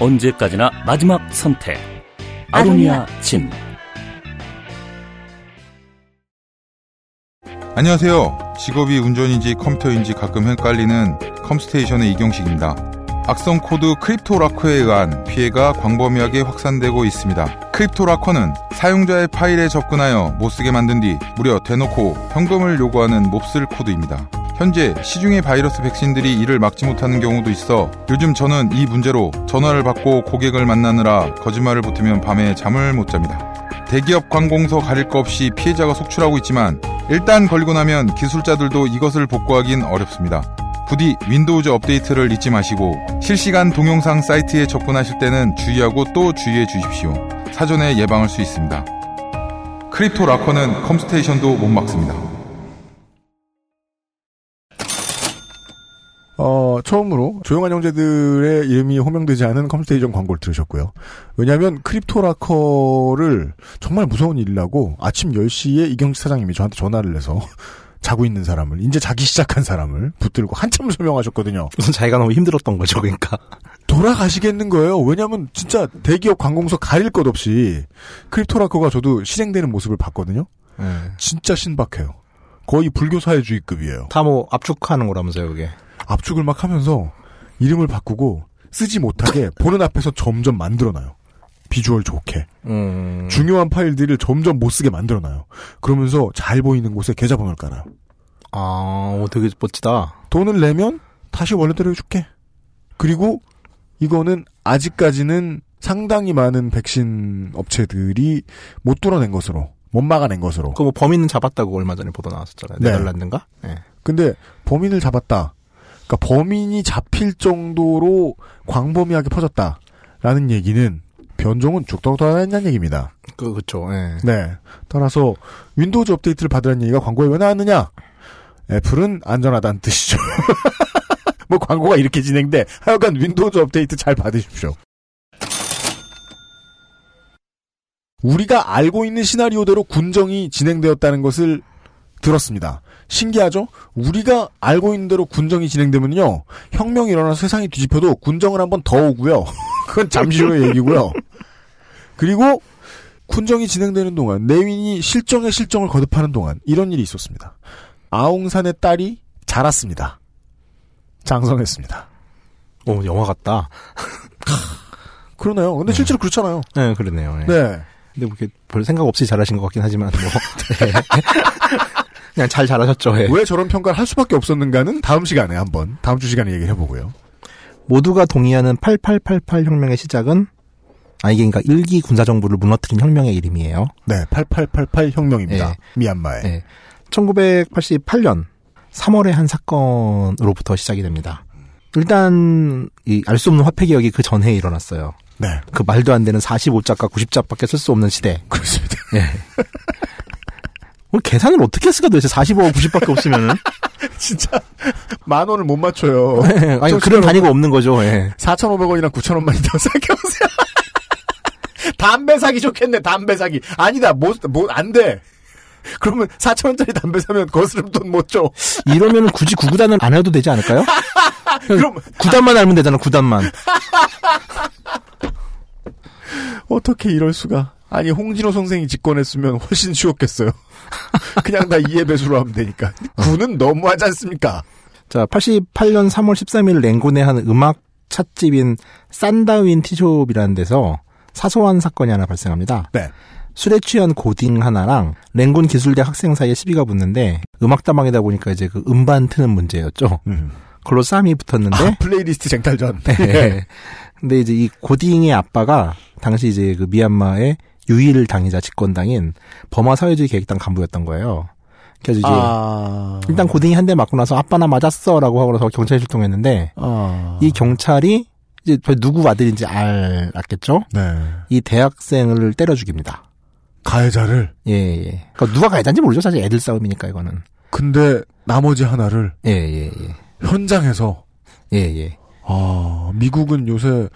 N: 언제까지나 마지막 선택. 아로니아 침.
P: 안녕하세요. 직업이 운전인지 컴퓨터인지 가끔 헷갈리는 컴스테이션의 이경식입니다. 악성 코드 크립토라커에 의한 피해가 광범위하게 확산되고 있습니다. 크립토라커는 사용자의 파일에 접근하여 못쓰게 만든 뒤 무려 대놓고 현금을 요구하는 몹쓸 코드입니다. 현재 시중의 바이러스 백신들이 이를 막지 못하는 경우도 있어 요즘 저는 이 문제로 전화를 받고 고객을 만나느라 거짓말을 붙으면 밤에 잠을 못 잡니다. 대기업 관공서 가릴 것 없이 피해자가 속출하고 있지만 일단 걸리고 나면 기술자들도 이것을 복구하긴 어렵습니다. 부디 윈도우즈 업데이트를 잊지 마시고 실시간 동영상 사이트에 접근하실 때는 주의하고 또 주의해 주십시오. 사전에 예방할 수 있습니다. 크립토 라커는 컴스테이션도 못 막습니다.
B: 어, 처음으로 조용한 형제들의 이름이 호명되지 않은 컴스테이션 광고를 들으셨고요. 왜냐하면 크립토라커를 정말 무서운 일이라고 아침 10시에 이경식 사장님이 저한테 전화를 해서 자고 있는 사람을 이제 자기 시작한 사람을 붙들고 한참 설명하셨거든요.
M: 우선 자기가 너무 힘들었던 거죠, 그러니까.
B: 돌아가시겠는 거예요. 왜냐하면 진짜 대기업 관공서 가릴 것 없이 크립토라커가 저도 실행되는 모습을 봤거든요. 진짜 신박해요. 거의 불교 사회주의급이에요.
M: 다 뭐 압축하는 거라면서요, 그게.
B: 압축을 막 하면서 이름을 바꾸고 쓰지 못하게 보는 앞에서 점점 만들어놔요. 비주얼 좋게.
M: 음.
B: 중요한 파일들을 점점 못 쓰게 만들어놔요. 그러면서 잘 보이는 곳에 계좌번호를 깔아요.
M: 아, 오, 되게 멋지다.
B: 돈을 내면 다시 원래대로 해줄게. 그리고 이거는 아직까지는 상당히 많은 백신 업체들이 못 뚫어낸 것으로, 못 막아낸 것으로.
M: 그 뭐 범인은 잡았다고 얼마 전에 보도 나왔었잖아요.
B: 네.
M: 네덜란드인가? 네.
B: 근데 범인을 잡았다. 그러니까 그러니까 범인이 잡힐 정도로 광범위하게 퍼졌다라는 얘기는 변종은 쭉 떨어다녔다는 얘기입니다.
M: 그, 그쵸, 예.
B: 네. 따라서 윈도우즈 업데이트를 받으라는 얘기가 광고에 왜 나왔느냐? 애플은 안전하다는 뜻이죠. 뭐 광고가 이렇게 진행돼. 하여간 윈도우즈 업데이트 잘 받으십시오. 우리가 알고 있는 시나리오대로 군정이 진행되었다는 것을 들었습니다. 신기하죠? 우리가 알고 있는 대로 군정이 진행되면요. 혁명이 일어나서 세상이 뒤집혀도 군정을 한 번 더 오고요. 그건 잠시 후의 얘기고요. 그리고 군정이 진행되는 동안 내윈이 실정에 실정을 거듭하는 동안 이런 일이 있었습니다. 아웅산의 딸이 자랐습니다. 장성했습니다.
M: 오, 영화 같다.
B: 그러네요. 근데 실제로 그렇잖아요.
M: 네, 그러네요. 예.
B: 네.
M: 근데 뭐 이렇게 별 생각 없이 잘하신 것 같긴 하지만 뭐 예. 그냥 잘 잘하셨죠. 예.
B: 왜 저런 평가를 할 수밖에 없었는가는 다음 시간에 한번 다음 주 시간에 얘기를 해보고요.
M: 모두가 동의하는 8888 혁명의 시작은 아 이게 그러니까 일기 군사 정부를 무너뜨린 혁명의 이름이에요.
B: 네, 8888 혁명입니다. 미얀마에.
M: 네. 1988년 3월에 한 사건으로부터 시작이 됩니다. 일단 이 알 수 없는 화폐 개혁이 그 전에 일어났어요.
B: 네.
M: 그 말도 안 되는 45자가 90자밖에 쓸 수 없는 시대.
B: 그렇습니다.
M: 예. 오늘 계산을 어떻게 했을까 도대체 45, 90밖에 없으면은
B: 진짜 만 원을 못 맞춰요.
M: 예, 아니 그런 단위가 없는 거죠. 예.
B: 4,500원이랑 9,000원만 있다고 생각해보세요. 담배 사기 좋겠네, 담배 사기. 아니다, 못, 못, 안 돼. 그러면 4,000원짜리 담배 사면 거스름 돈 못 줘.
M: 이러면 굳이 구구단을 안 해도 되지 않을까요?
B: 그럼
M: 구단만 알면 되잖아. 구단만.
B: 어떻게 이럴 수가. 아니, 홍진호 선생이 집권했으면 훨씬 쉬웠겠어요. 그냥 다 이해 배수로 하면 되니까. 군은 너무하지 않습니까?
M: 자, 88년 3월 13일 랭군의 한 음악 찻집인 산다윈 티숍이라는 데서 사소한 사건이 하나 발생합니다.
B: 네.
M: 술에 취한 고딩 하나랑 랭군 기술대 학생 사이에 시비가 붙는데 음악다방이다 보니까 이제 그 음반 트는 문제였죠. 그걸로 싸움이 붙었는데
B: 아, 플레이리스트 쟁탈전. 예.
M: 네. 근데 이제 이 고딩의 아빠가 당시 이제 그 미얀마의 유일 당이자 집권당인 버마 사회주의 계획당 간부였던 거예요. 그래서 이제
B: 아.
M: 일단 고딩이 한 대 맞고 나서 아빠 나 맞았어라고 하고 나서 경찰에 출동했는데
B: 아.
M: 이 경찰이 이제 도대체 누구 아들인지 알- 알았겠죠?
B: 네.
M: 이 대학생을 때려 죽입니다.
B: 가해자를.
M: 예, 예. 그러니까 누가 가해자인지 모르죠. 사실 애들 싸움이니까 이거는.
B: 근데 나머지 하나를.
M: 예, 예, 예.
B: 현장에서.
M: 예, 예.
B: 아, 미국은 요새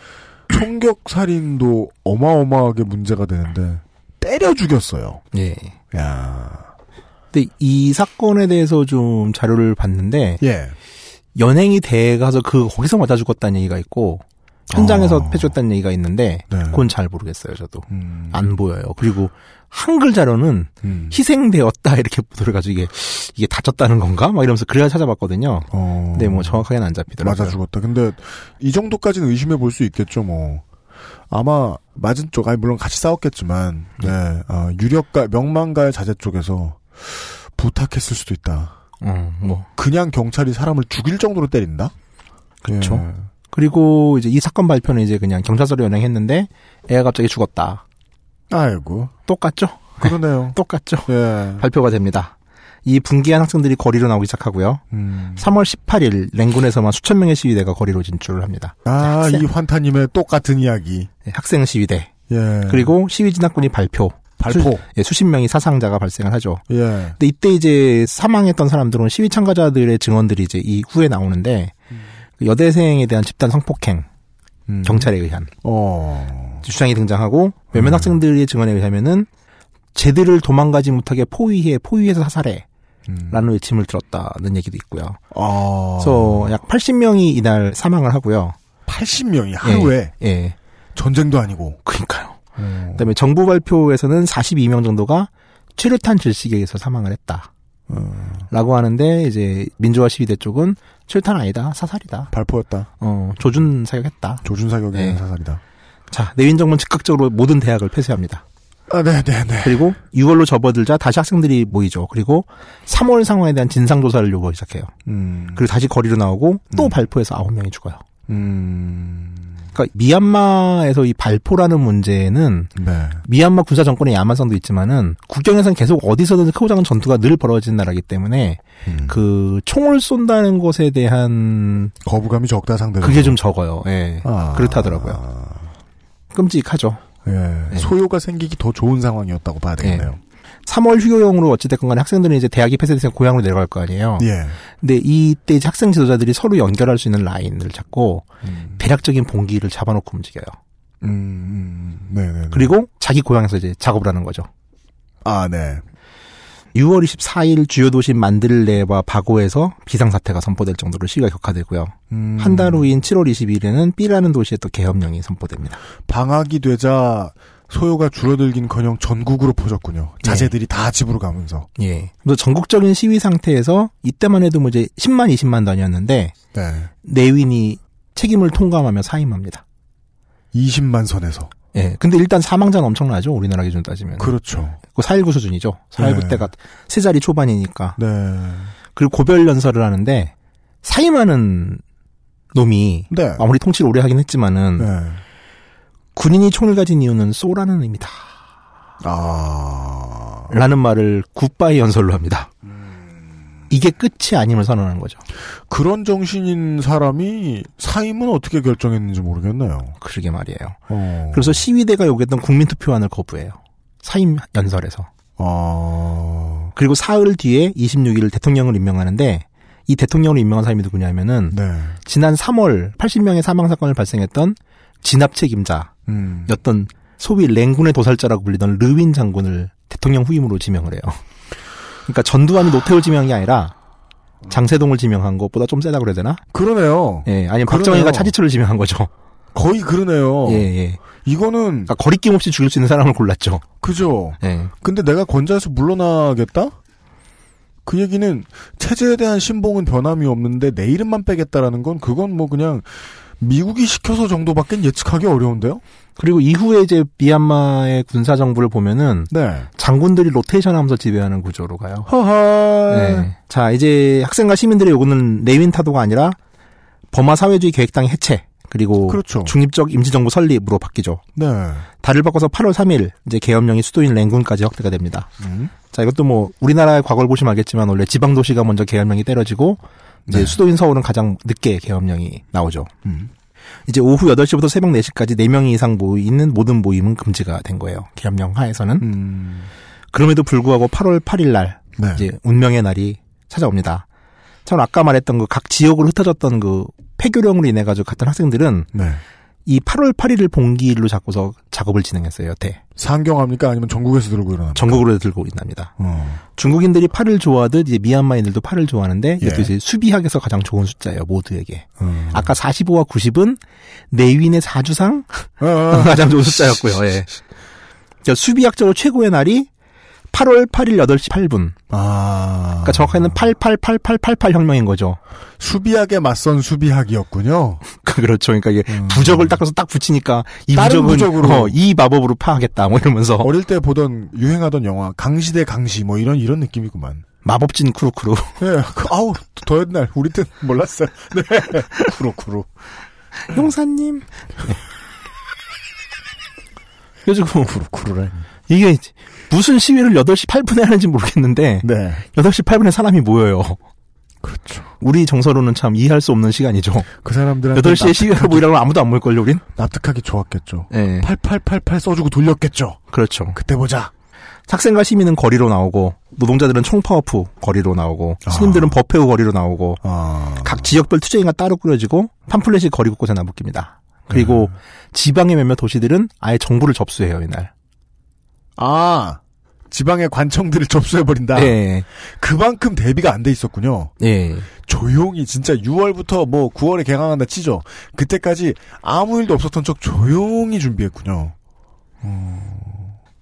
B: 총격살인도 어마어마하게 문제가 되는데, 때려 죽였어요.
M: 예.
B: 야.
M: 근데 이 사건에 대해서 좀 자료를 봤는데
B: 예.
M: 연행이 대가서 그 거기서 맞아 죽었다는 얘기가 있고 현장에서
B: 아.
M: 패줬다는 얘기가 있는데
B: 네.
M: 그건 잘 모르겠어요 저도
B: 음.
M: 안 보여요 그리고 한글 자료는
B: 음,
M: 희생되었다 이렇게 보도를 가지고 이게 이게 다쳤다는 건가 막 이러면서 그래야 찾아봤거든요 근데 뭐 정확하게는 안 잡히더라고요
B: 어, 맞아 죽었다. 근데 이 정도까지는 의심해 볼 수 있겠죠, 뭐. 아마 맞은 쪽, 아니 물론 같이 싸웠겠지만, 네, 아, 유력가 명망가의 자제 쪽에서 부탁했을 수도 있다.
M: 뭐.
B: 그냥 경찰이 사람을 죽일 정도로 때린다.
M: 그렇죠
B: 예.
M: 그리고 이제 이 사건 발표는 이제 그냥 경찰서로 연행했는데 애가 갑자기 죽었다
B: 아이고
M: 똑같죠
B: 그러네요
M: 똑같죠
B: 예.
M: 발표가 됩니다 이 분기한 학생들이 거리로 나오기 시작하고요
B: 음.
M: 3월 18일 랭군에서만 수천 명의 시위대가 거리로 진출을 합니다.
B: 아,
M: 학생.
B: 이 환타님의 똑같은 이야기.
M: 예, 학생 시위대.
B: 예.
M: 그리고 시위 진압군이 발표.
B: 발포.
M: 수, 예, 수십 명의 사상자가 발생을 하죠.
B: 예.
M: 근데 이때 이제 사망했던 사람들은 시위 참가자들의 증언들이 이제 이 후에 나오는데 그 여대생에 대한 집단 성폭행, 경찰에 의한
B: 음. 어.
M: 주장이 등장하고 몇몇 학생들의 증언에 의하면은 제들을 도망가지 못하게 포위해 포위해서 사살해. 라는 외침을 들었다는 얘기도 있고요.
B: 음. 아.
M: 그래서 약 80명이 이날 사망을 하고요.
B: 80명이 하루에
M: 예. 예.
B: 전쟁도 아니고. 네.
M: 그러니까요. 그다음에 정부 발표에서는 42명 정도가 최루탄 질식에서 사망을 했다. 라고 하는데 이제 민주화 시위대 쪽은 최루탄 아니다 사살이다.
B: 발포였다.
M: 어 조준 사격했다.
B: 조준 사격에
M: 네.
B: 사살이다.
M: 자 내윈 정부는 즉각적으로 모든 대학을 폐쇄합니다.
B: 아, 네, 네, 네.
M: 그리고 6월로 접어들자 다시 학생들이 모이죠. 그리고 3월 상황에 대한 진상 조사를 요구하기 시작해요.
B: 음.
M: 그리고 다시 거리로 나오고 또 발포해서 9명이 죽어요. 그러니까 미얀마에서 이 발포라는 문제는
B: 네.
M: 미얀마 군사 정권의 야만성도 있지만은 국경에선 계속 어디서든 크고 작은 전투가 늘 벌어지는 나라이기 때문에
B: 음.
M: 그 총을 쏜다는 것에 대한
B: 거부감이 적다 상대로
M: 그게 좀 적어요. 예.
B: 그렇죠. 아.
M: 그렇다더라고요. 네. 끔찍하죠.
B: 예. 소요가 생기기 더 좋은 상황이었다고 봐야 되겠네요.
M: 3월 휴교용으로 어찌됐건 간에 학생들은 이제 대학이 폐쇄돼서 고향으로 내려갈 거 아니에요.
B: 예.
M: 근데 이때 이제 학생 지도자들이 서로 연결할 수 있는 라인을 찾고
B: 음,
M: 대략적인 봉기를 잡아놓고 움직여요.
B: 음. 네네.
M: 그리고 자기 고향에서 이제 작업을 하는 거죠.
B: 아, 네.
M: 6월 24일 주요 도시 만들레와 바고에서 비상사태가 선포될 정도로 시위가 격화되고요. 음. 한
B: 음.
M: 달 후인 7월 20일에는 B라는 도시에 또 계엄령이 선포됩니다.
B: 방학이 되자 소요가 줄어들긴커녕 전국으로 퍼졌군요.
M: 네.
B: 자제들이 다 집으로 가면서.
M: 예. 또 전국적인 시위 상태에서 이때만 해도 뭐 이제 10만, 20만 단위였는데
B: 네.
M: 내윈이 책임을 통감하며 사임합니다.
B: 20만 선에서.
M: 예. 근데 일단 사망자는 엄청나죠. 우리나라 기준 따지면.
B: 그렇죠.
M: 그 4.19 수준이죠. 4.19
B: 네.
M: 때가 세 자리 초반이니까.
B: 네.
M: 그리고 고별 연설을 하는데 사임하는 놈이
B: 네.
M: 아무리 음. 통치를 오래 하긴 했지만은 군인이 총을 가진 이유는 쏘라는 의미다. 라는 말을 굿바이 연설로 합니다. 이게 끝이 아님을 선언한 거죠.
B: 그런 정신인 사람이 사임은 어떻게 결정했는지 모르겠네요.
M: 그러게 말이에요.
B: 어.
M: 그래서 시위대가 요구했던 국민투표안을 거부해요. 사임 연설에서.
B: 아.
M: 그리고 사흘 뒤에 26일 대통령을 임명하는데 이 대통령을 임명한 사람이 누구냐면은
B: 네.
M: 지난 3월 80명의 사망 사건을 발생했던 진압 책임자였던
B: 음.
M: 소위 랭군의 도살자라고 불리던 르윈 장군을 대통령 후임으로 지명을 해요. 그러니까 전두환이 노태우 지명이 아니라 장세동을 지명한 것보다 좀 세다 그래야 되나?
B: 그러네요.
M: 예,
B: 그러네요.
M: 아니면 박정희가 차지철을 지명한 거죠.
B: 거의 그러네요.
M: 예, 예.
B: 이거는
M: 거리낌 없이 죽일 수 있는 사람을 골랐죠.
B: 그죠.
M: 예.
B: 근데 내가 권좌에서 물러나겠다? 그 얘기는 체제에 대한 신봉은 변함이 없는데 내 이름만 빼겠다라는 건 그건 뭐 그냥 미국이 시켜서 정도밖엔 예측하기 어려운데요?
M: 그리고 이후에 이제 미얀마의 군사 정부를 보면은
B: 네.
M: 장군들이 로테이션하면서 지배하는 구조로 가요.
B: 허허.
M: 네. 자 이제 학생과 시민들의 요구는 내윈 타도가 아니라 버마 사회주의 계획당의 해체 그리고
B: 그렇죠.
M: 중립적 임시정부 설립으로 바뀌죠.
B: 네.
M: 달을 바꿔서 8월 3일 이제 계엄령이 수도인 랭군까지 확대가 됩니다.
B: 음,
M: 자 이것도 뭐 우리나라의 과거를 보시면 알겠지만 원래 지방 도시가 먼저 계엄령이 때려지고 이제
B: 네.
M: 수도인 서울은 가장 늦게 계엄령이 나오죠.
B: 음.
M: 이제 오후 8시부터 새벽 4시까지 4명 이상 모이는 모든 모임은 금지가 된 거예요. 계엄령 하에서는.
B: 음.
M: 그럼에도 불구하고 8월 8일 날
B: 네.
M: 이제 운명의 날이 찾아옵니다. 참 아까 말했던 그 각 지역으로 흩어졌던 그 폐교령으로 인해 가지고 갔던 학생들은
B: 네.
M: 이 8월 8일을 봉기일로 잡고서 작업을 진행했어요. 여태.
B: 상경합니까? 아니면 전국에서 들고 일어나?
M: 전국으로 들고 일납니다.
B: 어.
M: 중국인들이 팔을 좋아하듯 이제 미얀마인들도 팔을 좋아하는데 이것도
B: 예.
M: 이제 수비학에서 가장 좋은 숫자예요 모두에게.
B: 음.
M: 아까 45와 90은 내윈의 4주상
B: 어.
M: 가장 좋은 숫자였고요. 예. 그러니까 수비학적으로 최고의 날이 8월 8일 8시 8분. 그러니까 정확히는 888888 혁명인 거죠.
B: 아. 수비학에 맞선 수비학이었군요.
M: 그렇죠. 그러니까 이게 부적을 닦아서 딱 붙이니까 이
B: 다른
M: 부적은
B: 부적으로.
M: 어, 이 마법으로 파하겠다 뭐 이러면서
B: 어릴 때 보던 유행하던 영화 강시대 강시 뭐 이런 이런 느낌이구만.
M: 마법진 쿠루쿠루.
B: 예, 그, 아우 더 옛날 우리 땐 몰랐어요. 네, 쿠루쿠루.
M: 용사님. 그래서 뭐
B: 쿠루쿠루래.
M: 이게 무슨 시위를 8시 8분에 하는지 모르겠는데
B: 네.
M: 8시 8분에 사람이 모여요. 그렇죠. 우리 정서로는 참 이해할 수 없는 시간이죠.
B: 그 사람들한테
M: 8시에
B: 납득하기-
M: 시위가 모이라고 하면 아무도 안 모일걸요, 우린?
B: 납득하기 좋았겠죠.
M: 예.
B: 8888 써주고 돌렸겠죠.
M: 그렇죠.
B: 그때 보자.
M: 학생과 시민은 거리로 나오고 노동자들은 총파워프 거리로 나오고 스님들은 법회우 거리로 나오고
B: 어.
M: 각 지역별 투쟁이가 따로 꾸려지고 팜플렛이 거리 곳곳에 나붙깁니다. 그리고 지방의 몇몇 도시들은 아예 정부를 접수해요 이날.
B: 아, 지방의 관청들을 접수해버린다.
M: 예.
B: 그만큼 대비가 안 돼 있었군요.
M: 예.
B: 조용히 진짜 6월부터 뭐 9월에 개강한다 치죠. 그때까지 아무 일도 없었던 척 조용히 준비했군요.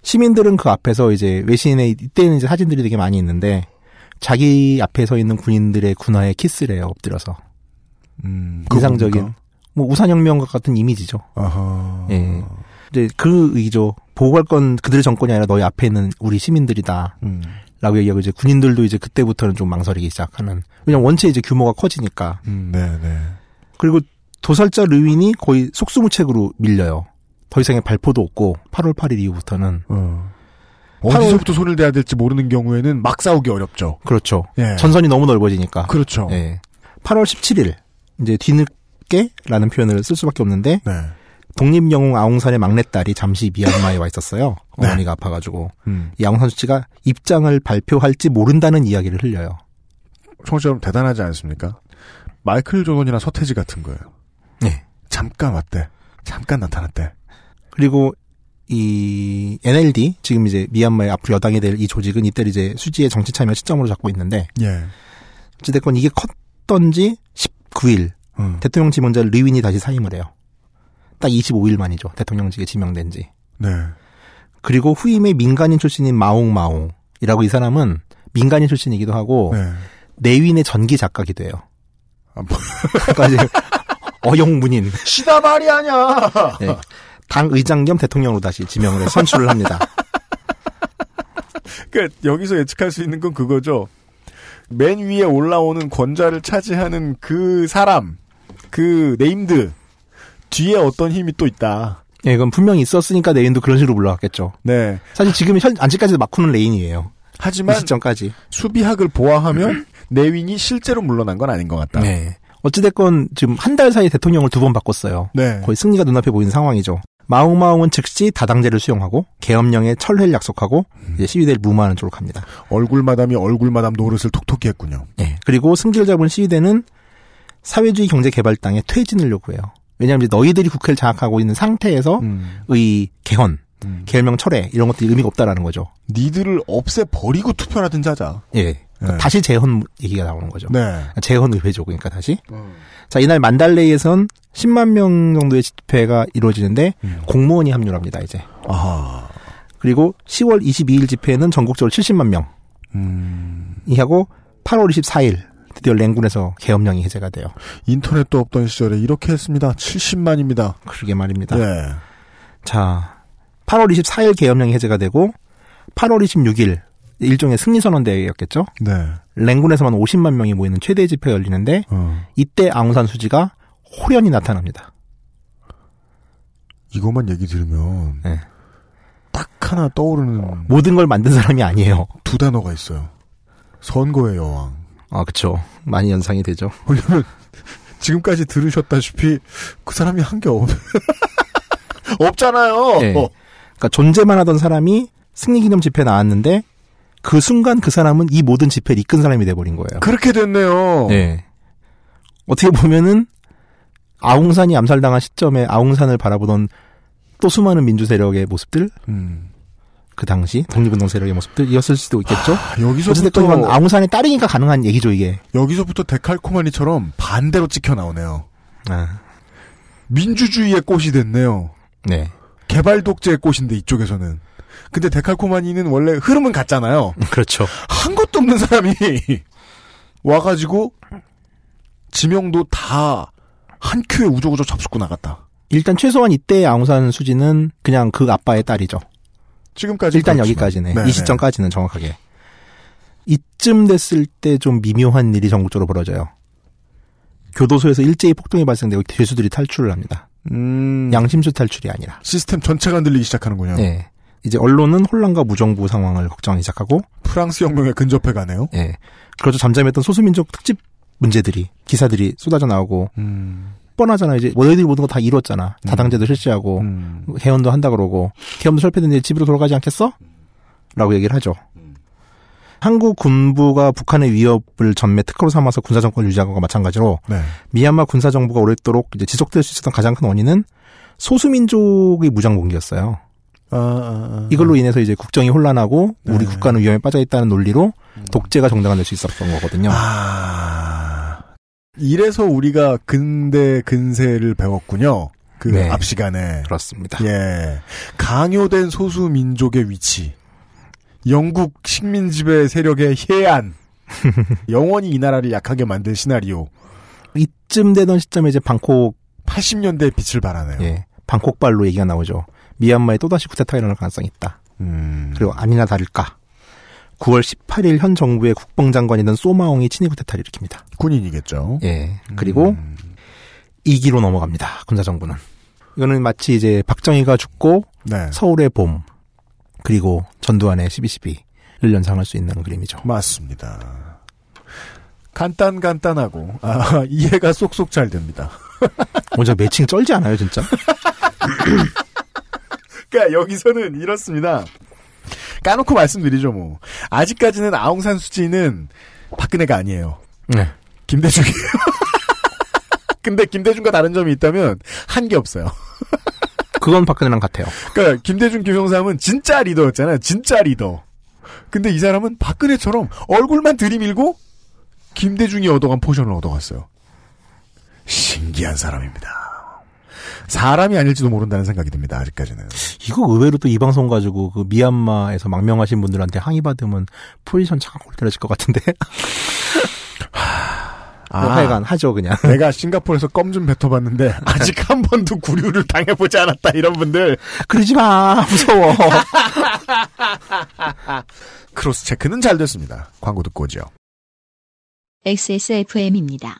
M: 시민들은 그 앞에서 이제 외신의 이때는 이제 사진들이 되게 많이 있는데 자기 앞에 서 있는 군인들의 군화에 키스를 해요 엎드려서.
B: 음, 그거
M: 인상적인
B: 뭡니까?
M: 뭐 우산혁명과 같은 이미지죠.
B: 아하.
M: 예. 이제 그 의죠. 보호할 건 그들의 정권이 아니라 너희 앞에 있는 우리 시민들이다.
B: 음.
M: 라고 얘기하고 이제 군인들도 이제 그때부터는 좀 망설이기 시작하는. 왜냐면 원체 이제 규모가 커지니까.
B: 음, 네, 네.
M: 그리고 도살자 르윈이 거의 속수무책으로 밀려요. 더 이상의 발포도 없고 8월 8일 이후부터는
B: 어. 어디서부터 손을 대야 될지 모르는 경우에는 막 싸우기 어렵죠.
M: 그렇죠.
B: 예.
M: 전선이 너무 넓어지니까.
B: 그렇죠.
M: 예. 8월 17일 이제 뒤늦게라는 표현을 쓸 수밖에 없는데
B: 네.
M: 독립 영웅 아웅산의 막내딸이 잠시 미얀마에 와 있었어요. 어머니가 아파가지고
B: 음.
M: 이 아웅산 수치가 입장을 발표할지 모른다는 이야기를 흘려요.
B: 청취자 여러분 대단하지 않습니까? 마이클 조던이나 서태지 같은 거예요.
M: 네.
B: 잠깐 왔대. 잠깐 나타났대.
M: 그리고 이 NLD 지금 이제 미얀마의 앞으로 여당이 될 이 조직은 이때 이제 수지의 정치 참여 시점으로 잡고 있는데
B: 예.
M: 어찌됐건 이게 컸던지 19일
B: 어. 음.
M: 대통령 지명자 르윈이 다시 사임을 해요. 딱 25일 만이죠 대통령직에 지명된지.
B: 네.
M: 그리고 후임의 민간인 출신인 마옹마옹이라고 이 사람은 민간인 출신이기도
B: 어.
M: 하고
B: 네.
M: 내윈의 전기 작가기도 해요. 그러니까 이제 어영문인.
B: 아, 뭐. 시다 말이 아니야.
M: 네. 당 의장 겸 대통령으로 다시 지명을 해 선출을 합니다.
B: 그러니까 여기서 예측할 수 있는 건 그거죠. 맨 위에 올라오는 권좌를 차지하는 그 사람, 그 네임드 뒤에 어떤 힘이 또 있다.
M: 예, 이건 분명히 있었으니까 레인도 그런 식으로 올라왔겠죠.
B: 네.
M: 사실 지금 현 안지까지도 막후는 레인이에요.
B: 하지만
M: 이 시점까지
B: 수비학을 보아하면 내윈이 실제로 물러난 건 아닌 것 같다.
M: 네. 어찌됐건 지금 한 달 사이 에 대통령을 두 번 바꿨어요.
B: 네.
M: 거의 승리가 눈앞에 보이는 상황이죠. 마옹마옹은 즉시 다당제를 수용하고 계엄령에 철회를 약속하고 이제 시위대를 무마하는 쪽으로 갑니다.
B: 얼굴 마담이 얼굴 마담 노릇을 톡톡히 했군요.
M: 네. 그리고 승기를 잡은 시위대는 사회주의 경제개발당에 퇴진을 요구해요. 왜냐하면 이제 너희들이 국회를 장악하고 있는
B: 어?
M: 상태에서
B: 음.
M: 의 개헌, 계엄령 철회 이런 것들이 의미가 없다라는 거죠.
B: 니들을 없애 버리고 투표라든지 하자.
M: 예. 그러니까 다시 재헌 얘기가 나오는 거죠.
B: 네.
M: 재헌 의회죠. 그러니까 다시. 자, 이날 만달레이에선 10만 명 정도의 집회가 이루어지는데 공무원이 합류합니다, 이제.
B: 음. 아하.
M: 그리고 10월 22일 집회는 전국적으로 70만 명. 이 하고 8월 24일 드디어 랭군에서 계엄령이 해제가 돼요.
B: 인터넷도 없던 시절에 이렇게 했습니다. 70만입니다.
M: 그러게 말입니다.
B: 예.
M: 자, 8월 24일 계엄령이 해제가 되고 8월 26일 일종의 승리 선언 대회였겠죠.
B: 네.
M: 랭군에서만 50만 명이 모이는 최대 집회 가 열리는데
B: 어.
M: 이때 아웅산 수지가 호련히 나타납니다.
B: 이것만 얘기 들으면 딱 하나 떠오르는
M: 모든 걸 만든 사람이 아니에요.
B: 두 단어가 있어요. 선거의 여왕.
M: 아, 그쵸. 많이 연상이 되죠.
B: 왜냐면 지금까지 들으셨다시피 그 사람이 한 게 없. 없잖아요. 어,
M: 예. 그러니까 존재만 하던 사람이 승리 기념 집회 나왔는데 그 순간 그 사람은 이 모든 집회를 이끈 사람이 돼버린 거예요.
B: 그렇게 됐네요.
M: 예. 어떻게 보면은 아웅산이 암살당한 시점에 아웅산을 바라보던 또 수많은 민주 세력의 모습들,
B: 음.
M: 그 당시 독립운동 세력의 모습들이었을 수도 있겠죠.
B: 여기서부터-
M: 어쨌든 이건 아웅산의 딸이니까 가능한 얘기죠 이게.
B: 여기서부터 데칼코마니처럼 반대로 찍혀 나오네요.
M: 아.
B: 민주주의의 꽃이 됐네요.
M: 네.
B: 개발 독재의 꽃인데 이쪽에서는. 근데 데칼코마니는 원래 흐름은 같잖아요.
M: 그렇죠.
B: 한 것도 없는 사람이 와가지고 지명도 다 한 큐에 우조우조 잡수고 나갔다.
M: 일단 최소한 이때 아웅산 수지는 그냥 그 아빠의 딸이죠.
B: 지금까지
M: 일단
B: 그렇지만.
M: 여기까지네.
B: 네,
M: 이 시점까지는 정확하게. 이쯤 됐을 때 좀 미묘한 일이 전국적으로 벌어져요. 교도소에서 일제히 폭동이 발생되고 죄수들이 탈출을 합니다.
B: 음,
M: 양심수 탈출이 아니라.
B: 시스템 전체가 흔들리기 시작하는군요.
M: 네. 이제 언론은 혼란과 무정부 상황을 걱정하기 시작하고
B: 프랑스 혁명에 근접해 가네요.
M: 예. 그렇죠. 잠잠했던 소수민족 특집 문제들이 기사들이 쏟아져 나오고
B: 음,
M: 뻔하잖아 이제 너희들이 모든 거 다 이뤘잖아 다당제도
B: 음.
M: 실시하고 해헌도 한다 그러고 계엄도 철폐됐는데 집으로 돌아가지 않겠어? 라고 얘기를 하죠. 한국 군부가 북한의 위협을 전매 특허로 삼아서 군사 정권을 유지한 것과 마찬가지로
B: 네.
M: 미얀마 군사 정부가 오랫도록 이제 지속될 수 있었던 가장 큰 원인은 소수민족의 무장 공격이었어요.
B: 아, 아, 아.
M: 이걸로 인해서 이제 국정이 혼란하고
B: 네.
M: 우리 국가는 위험에 빠져 있다는 논리로
B: 음.
M: 독재가 정당화될 수 있었던 거거든요.
B: 아. 이래서 우리가 근대 근세를 배웠군요. 그
M: 네.
B: 앞 시간에
M: 그렇습니다.
B: 예 강요된 소수 민족의 위치, 영국 식민 지배 세력의 해안, 영원히 이 나라를 약하게 만든 시나리오.
M: 이쯤 되던 시점에 이제 방콕
B: 80년대의 빛을 발하네요.
M: 예, 방콕발로 얘기가 나오죠. 미얀마에 또다시 쿠데타가 일어날 가능성이 있다.
B: 음.
M: 그리고 아니나 다를까. 9월 18일 현 정부의 국방장관이던 소마옹이 친위 쿠데타를 일으킵니다.
B: 군인이겠죠.
M: 예. 그리고 2기로 음. 넘어갑니다. 군사정부는. 이거는 마치 이제 박정희가 죽고
B: 네.
M: 서울의 봄 그리고 전두환의 12.12를 연상할 수 있는 그림이죠.
B: 맞습니다. 간단 간단하고 아, 이해가 쏙쏙 잘 됩니다.
M: 먼저 어, 매칭 쩔지 않아요, 진짜?
B: 그러니까 여기서는 이렇습니다. 까놓고 말씀드리죠, 뭐. 아직까지는 아웅산 수지는 박근혜가 아니에요.
M: 네.
B: 김대중이에요. 근데 김대중과 다른 점이 있다면 한 게 없어요.
M: 그건 박근혜랑 같아요.
B: 그러니까 김대중, 김영삼은 진짜 리더였잖아요. 진짜 리더. 근데 이 사람은 박근혜처럼 얼굴만 들이밀고 김대중이 얻어간 포션을 얻어갔어요. 신기한 사람입니다. 사람이 아닐지도 모른다는 생각이 듭니다. 아직까지는.
M: 이거 의외로 또 이 방송 가지고 그 미얀마에서 망명하신 분들한테 항의 받으면 포지션 차가 골때려질 것 같은데. 뭐 하여간 하죠 그냥.
B: 내가 싱가포르에서 껌 좀 뱉어봤는데 아직 한 번도 구류를 당해보지 않았다 이런 분들
M: 그러지 마 무서워.
B: 크로스 체크는 잘 됐습니다. 광고 듣고 오죠.
A: XSFM입니다.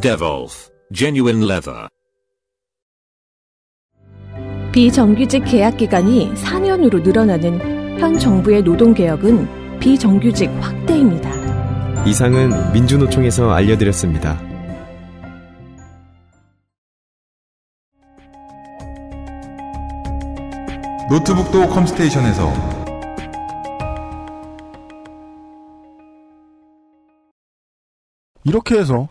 Q: Devolf. Genuine leather.
O: 비정규직 계약 기간이 4년으로 늘어나는 현 정부의 노동개혁은 비정규직 확대입니다.
K: 이상은 민주노총에서 알려드렸습니다.
P: 노트북도 컴스테이션에서
B: 이렇게 해서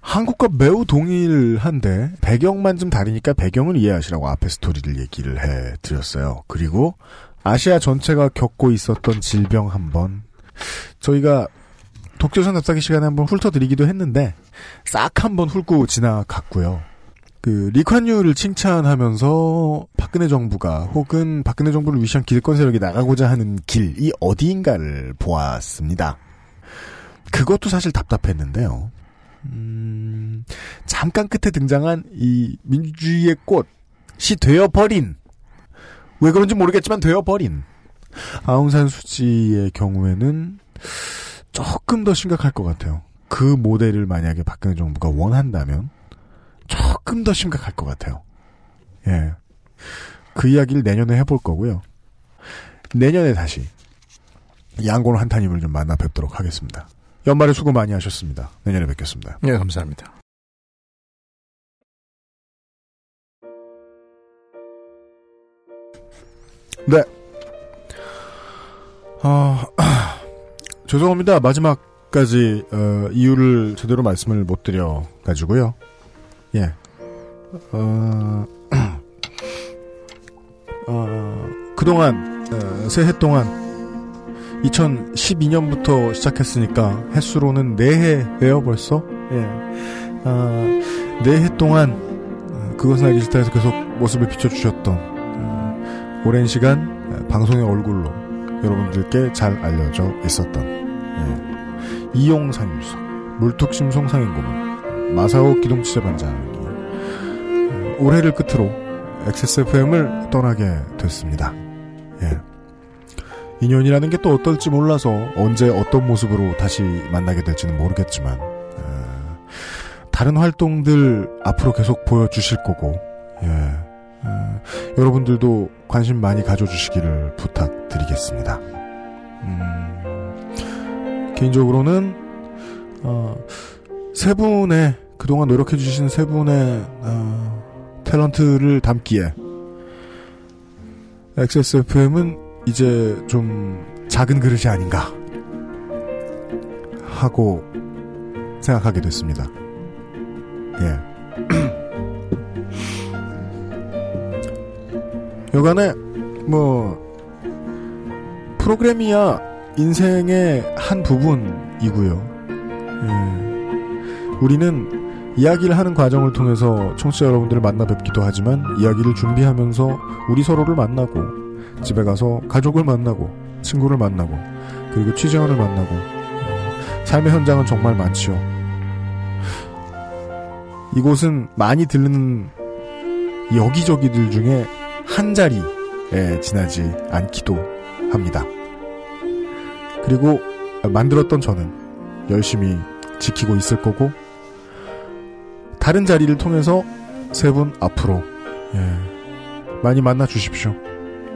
B: 한국과 매우 동일한데 배경만 좀 다르니까 배경을 이해하시라고 앞에 스토리를 얘기를 해드렸어요. 그리고 아시아 전체가 겪고 있었던 질병 한번 저희가 독재선 답사기 시간에 한번 훑어드리기도 했는데 싹 한번 훑고 지나갔고요. 그 리콴유를 칭찬하면서 박근혜 정부가 혹은 박근혜 정부를 위시한 기득권 세력이 나가고자 하는 길이 어디인가를 보았습니다. 그것도 사실 답답했는데요. 음, 잠깐 끝에 등장한 이 민주주의의 꽃이 되어버린 왜 그런지 모르겠지만 되어버린 아웅산 수지의 경우에는 조금 더 심각할 것 같아요. 그 모델을 만약에 박근혜 정부가 원한다면 조금 더 심각할 것 같아요. 예. 그 이야기를 내년에 해볼 거고요. 내년에 다시 양곤 한타님을 좀 만나 뵙도록 하겠습니다. 연말에 수고 많이 하셨습니다. 내년에 뵙겠습니다.
M: 네, 감사합니다.
B: 네. 아, 죄송합니다. 마지막까지 어, 이유를 제대로 말씀을 못 드려 가지고요. 예. 어, 어, 그동안 어, 새해 동안 2012년부터 시작했으니까 해수로는 4해예요 벌써 예. 아, 4해 동안 어, 그것은 알기 싫다에서 계속 모습을 비춰주셨던 어, 오랜 시간 어, 방송의 얼굴로 여러분들께 잘 알려져 있었던 예. 이용상 유석 물뚝심송 상인고문 마사오 기동치재반장이 어, 올해를 끝으로 XSFM을 떠나게 됐습니다 예. 인연이라는 게 또 어떨지 몰라서 언제 어떤 모습으로 다시 만나게 될지는 모르겠지만 어, 다른 활동들 앞으로 계속 보여주실 거고 예, 어, 여러분들도 관심 많이 가져주시기를 부탁드리겠습니다. 음, 개인적으로는 어, 세 분의 그동안 노력해 주신 세 분의 어, 탤런트를 담기에 XSFM은 이제 좀 작은 그릇이 아닌가 하고 생각하게 됐습니다. 예. 여간에 뭐 프로그램이야 인생의 한 부분이고요. 예. 우리는 이야기를 하는 과정을 통해서 청취자 여러분들을 만나 뵙기도 하지만 이야기를 준비하면서 우리 서로를 만나고 집에 가서 가족을 만나고 친구를 만나고 그리고 취재원을 만나고 어, 삶의 현장은 정말 많지요. 이곳은 많이 들르는 여기저기들 중에 한 자리에 예, 지나지 않기도 합니다. 그리고 만들었던 저는 열심히 지키고 있을 거고 다른 자리를 통해서 세 분 앞으로 예, 많이 만나 주십시오.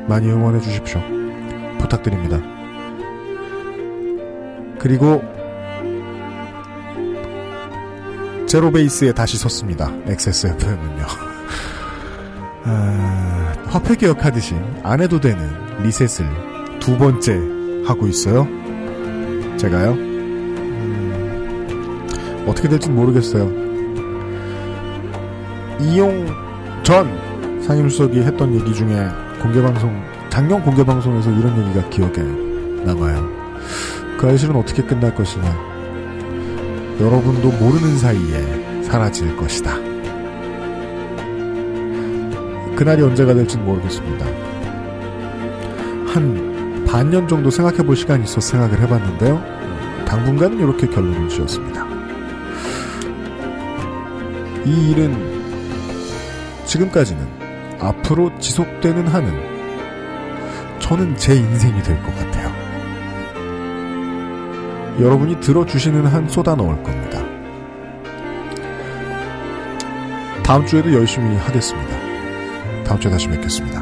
B: 많이 응원해 주십시오. 부탁드립니다. 그리고 제로베이스에 다시 섰습니다. XSFM은요. 아, 화폐 개혁하듯이 안 해도 되는 리셋을 두 번째 하고 있어요. 제가요. 음, 어떻게 될지 모르겠어요. 이용 전 상임수석이 했던 얘기 중에 공개방송 작년 공개방송에서 이런 얘기가 기억에 남아요. 그 알실은 어떻게 끝날 것이냐. 여러분도 모르는 사이에 사라질 것이다. 그날이 언제가 될지는 모르겠습니다. 한 반년 정도 생각해 볼 시간이 있어 생각을 해봤는데요. 당분간은 이렇게 결론을 지었습니다. 이 일은 지금까지는 앞으로 지속되는 한은 저는 제 인생이 될 것 같아요. 여러분이 들어주시는 한 쏟아 넣을 겁니다. 다음 주에도 열심히 하겠습니다. 다음 주에 다시 뵙겠습니다.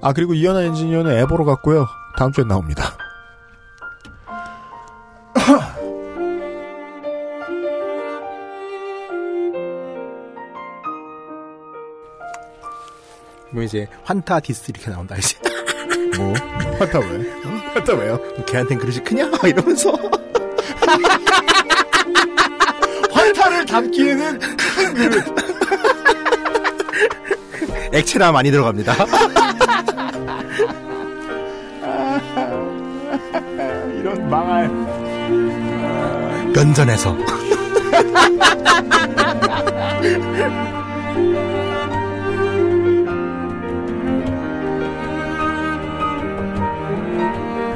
B: 아, 그리고 이현아 엔지니어는 앱으로 갔고요. 다음 주에 나옵니다.
M: 그러면 이제 환타 디스 이렇게 나온다 이제.
B: 뭐? 환타 왜? 환타 왜요?
M: 어, 걔한텐 그릇이 크냐? 이러면서.
B: 환타를 담기에는 큰 그릇.
M: 액체나 많이 들어갑니다.
B: 이런 망할.
M: 면전에서.